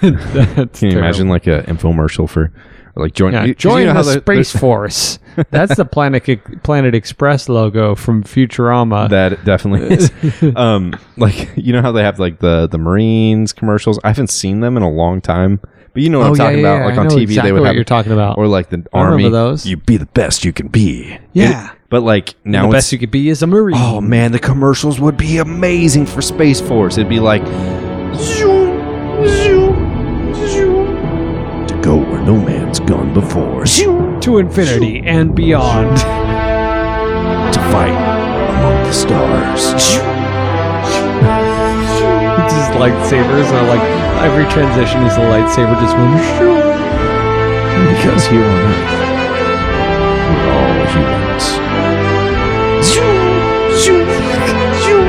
Speaker 1: That's
Speaker 2: Can you imagine like an infomercial for Or like join,
Speaker 1: Yeah,
Speaker 2: you- 'cause you
Speaker 1: join
Speaker 2: know how
Speaker 1: the
Speaker 2: there-
Speaker 1: Space
Speaker 2: there's-
Speaker 1: Force. That's the Planet Ex- Planet Express logo from Futurama.
Speaker 2: That it definitely is. um, like you know how they have like the the Marines commercials. I haven't seen them in a long time, but you know what
Speaker 1: Oh,
Speaker 2: I'm
Speaker 1: yeah,
Speaker 2: talking
Speaker 1: yeah,
Speaker 2: about.
Speaker 1: yeah.
Speaker 2: Like
Speaker 1: I
Speaker 2: on
Speaker 1: know
Speaker 2: TV,
Speaker 1: exactly
Speaker 2: they would
Speaker 1: what
Speaker 2: have
Speaker 1: you're talking about.
Speaker 2: or like the
Speaker 1: I remember
Speaker 2: Army.
Speaker 1: those.
Speaker 2: You be the best you can be.
Speaker 1: Yeah.
Speaker 2: It- but like now
Speaker 1: the
Speaker 2: it's
Speaker 1: best you could be is a Marine.
Speaker 2: Oh man, the commercials would be amazing for Space Force. It'd be like zoom, zoom, zoom to go where no man's gone before. Zoom
Speaker 1: to infinity and beyond.
Speaker 2: to fight among the stars. Zoom.
Speaker 1: just lightsabers are like every transition is a lightsaber. Just one.
Speaker 2: Because here on Earth, we're all humans. Zoom, zoom, zoom.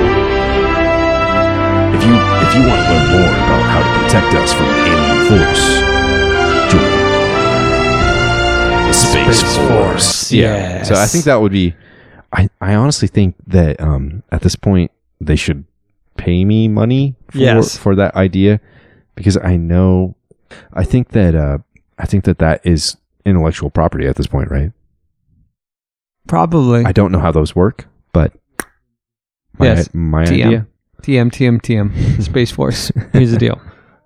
Speaker 2: If you if you want to learn more about how to protect us from the alien force, join the Space,
Speaker 1: Force, yes.
Speaker 2: So I think that would be. I, I honestly think that um, at this point they should pay me money for
Speaker 1: Yes.
Speaker 2: for that idea because I know I think that uh, I think that that is intellectual property at this point, right?
Speaker 1: Probably.
Speaker 2: I don't know how those work, but my,
Speaker 1: Yes.
Speaker 2: my
Speaker 1: TM.
Speaker 2: idea.
Speaker 1: TM TM TM. Space Force. Here's the deal.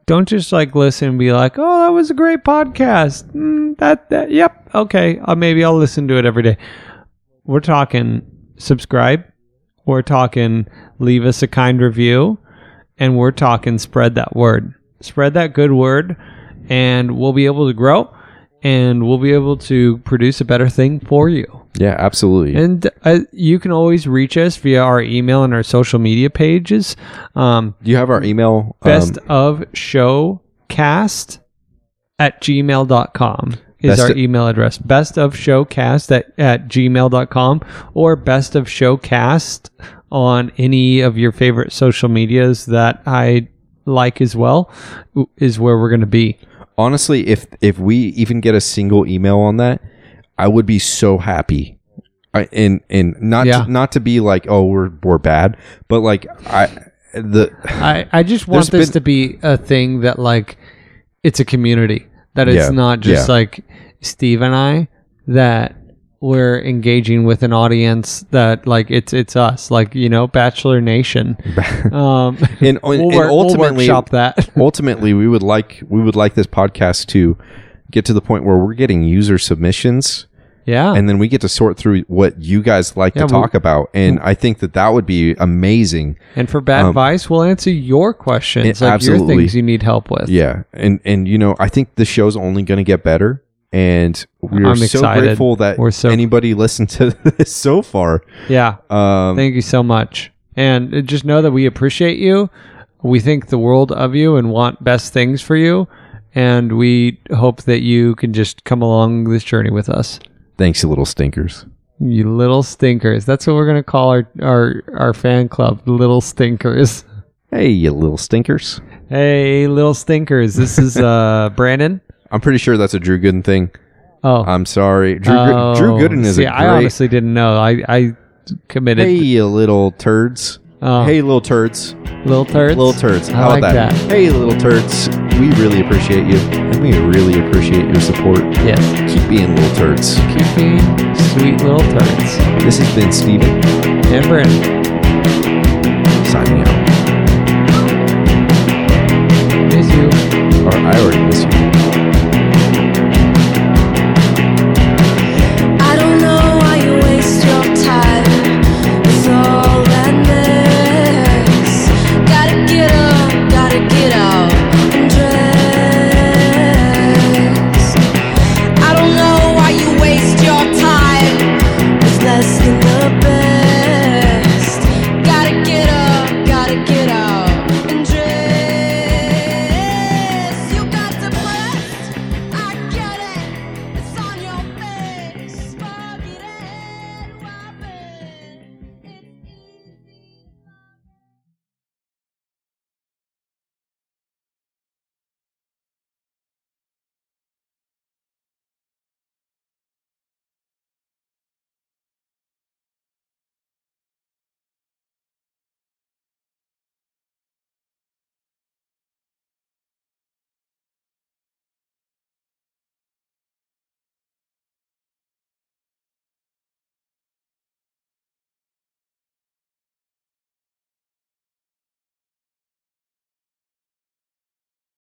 Speaker 1: Don't just like listen and be like, "Oh, that was a great podcast." Mm, that that yep, okay. Uh, maybe I'll listen to it every day. We're talking subscribe. We're talking leave us a kind review and we're talking spread that word. Spread that good word and we'll be able to grow and we'll be able to produce a better thing for you.
Speaker 2: Yeah, absolutely.
Speaker 1: And uh, you can always reach us via our email and our social media pages. Um,
Speaker 2: Do you have our email? um,
Speaker 1: best of show cast at gmail.com is
Speaker 2: Best
Speaker 1: our
Speaker 2: of-
Speaker 1: email address. Best of showcast at, at gmail.com or best of showcast on any of your favorite social medias that I like as well w- is where we're going to be.
Speaker 2: honestly, if if we even get a single email on that, I would be so happy. I, and and not
Speaker 1: Yeah.
Speaker 2: to, not to be like oh we're we're bad, but like I the
Speaker 1: I, I just want
Speaker 2: There's
Speaker 1: this
Speaker 2: been-
Speaker 1: to be a thing that like it's a community that it's
Speaker 2: Yeah,
Speaker 1: not just
Speaker 2: yeah.
Speaker 1: like Steve and I that we're engaging with an audience that like it's it's us like you know Bachelor Nation. Um,
Speaker 2: and, and,
Speaker 1: we'll, work, we'll
Speaker 2: ultimately
Speaker 1: workshop that.
Speaker 2: ultimately we would like we would like this podcast to get to the point where we're getting user submissions
Speaker 1: yeah,
Speaker 2: and then we get to sort through what you guys like
Speaker 1: Yeah,
Speaker 2: to
Speaker 1: we-
Speaker 2: talk about and i think that that would be amazing
Speaker 1: and for bad
Speaker 2: um,
Speaker 1: advice, we'll answer your questions,
Speaker 2: Yeah,
Speaker 1: like
Speaker 2: absolutely.
Speaker 1: your things you need help with.
Speaker 2: Yeah, and and you know, I think the show's only going to get better, and we're
Speaker 1: I'm
Speaker 2: so
Speaker 1: excited.
Speaker 2: grateful that
Speaker 1: We're so-
Speaker 2: anybody listened to this so far.
Speaker 1: yeah.
Speaker 2: Um,
Speaker 1: Thank you so much. And uh, just know that we appreciate you. We think the world of you and want best things for you. And we hope that you can just come along this journey with us.
Speaker 2: thanks, you little stinkers.
Speaker 1: You little stinkers. That's what we're going to call our, our, our fan club, little stinkers.
Speaker 2: Hey, you little stinkers.
Speaker 1: Hey, little stinkers. This is uh, Brandon.
Speaker 2: I'm pretty sure that's a Drew Gooden thing.
Speaker 1: Oh,
Speaker 2: I'm sorry, Drew. Gooden Uh, Drew
Speaker 1: Oh,
Speaker 2: Gooden is
Speaker 1: see,
Speaker 2: a great.
Speaker 1: I honestly didn't know. I, I committed.
Speaker 2: hey, you little turds.
Speaker 1: Oh.
Speaker 2: Hey, little turds.
Speaker 1: little turds.
Speaker 2: Little turds.
Speaker 1: I
Speaker 2: How
Speaker 1: like
Speaker 2: about that?
Speaker 1: that.
Speaker 2: Hey, little turds. We really appreciate you, and we really appreciate your support.
Speaker 1: Yes.
Speaker 2: Keep being little turds.
Speaker 1: Keep being sweet little turds.
Speaker 2: This has been Steven
Speaker 1: And Brandon.
Speaker 2: signing out.
Speaker 1: Miss you.
Speaker 2: Or I already miss you.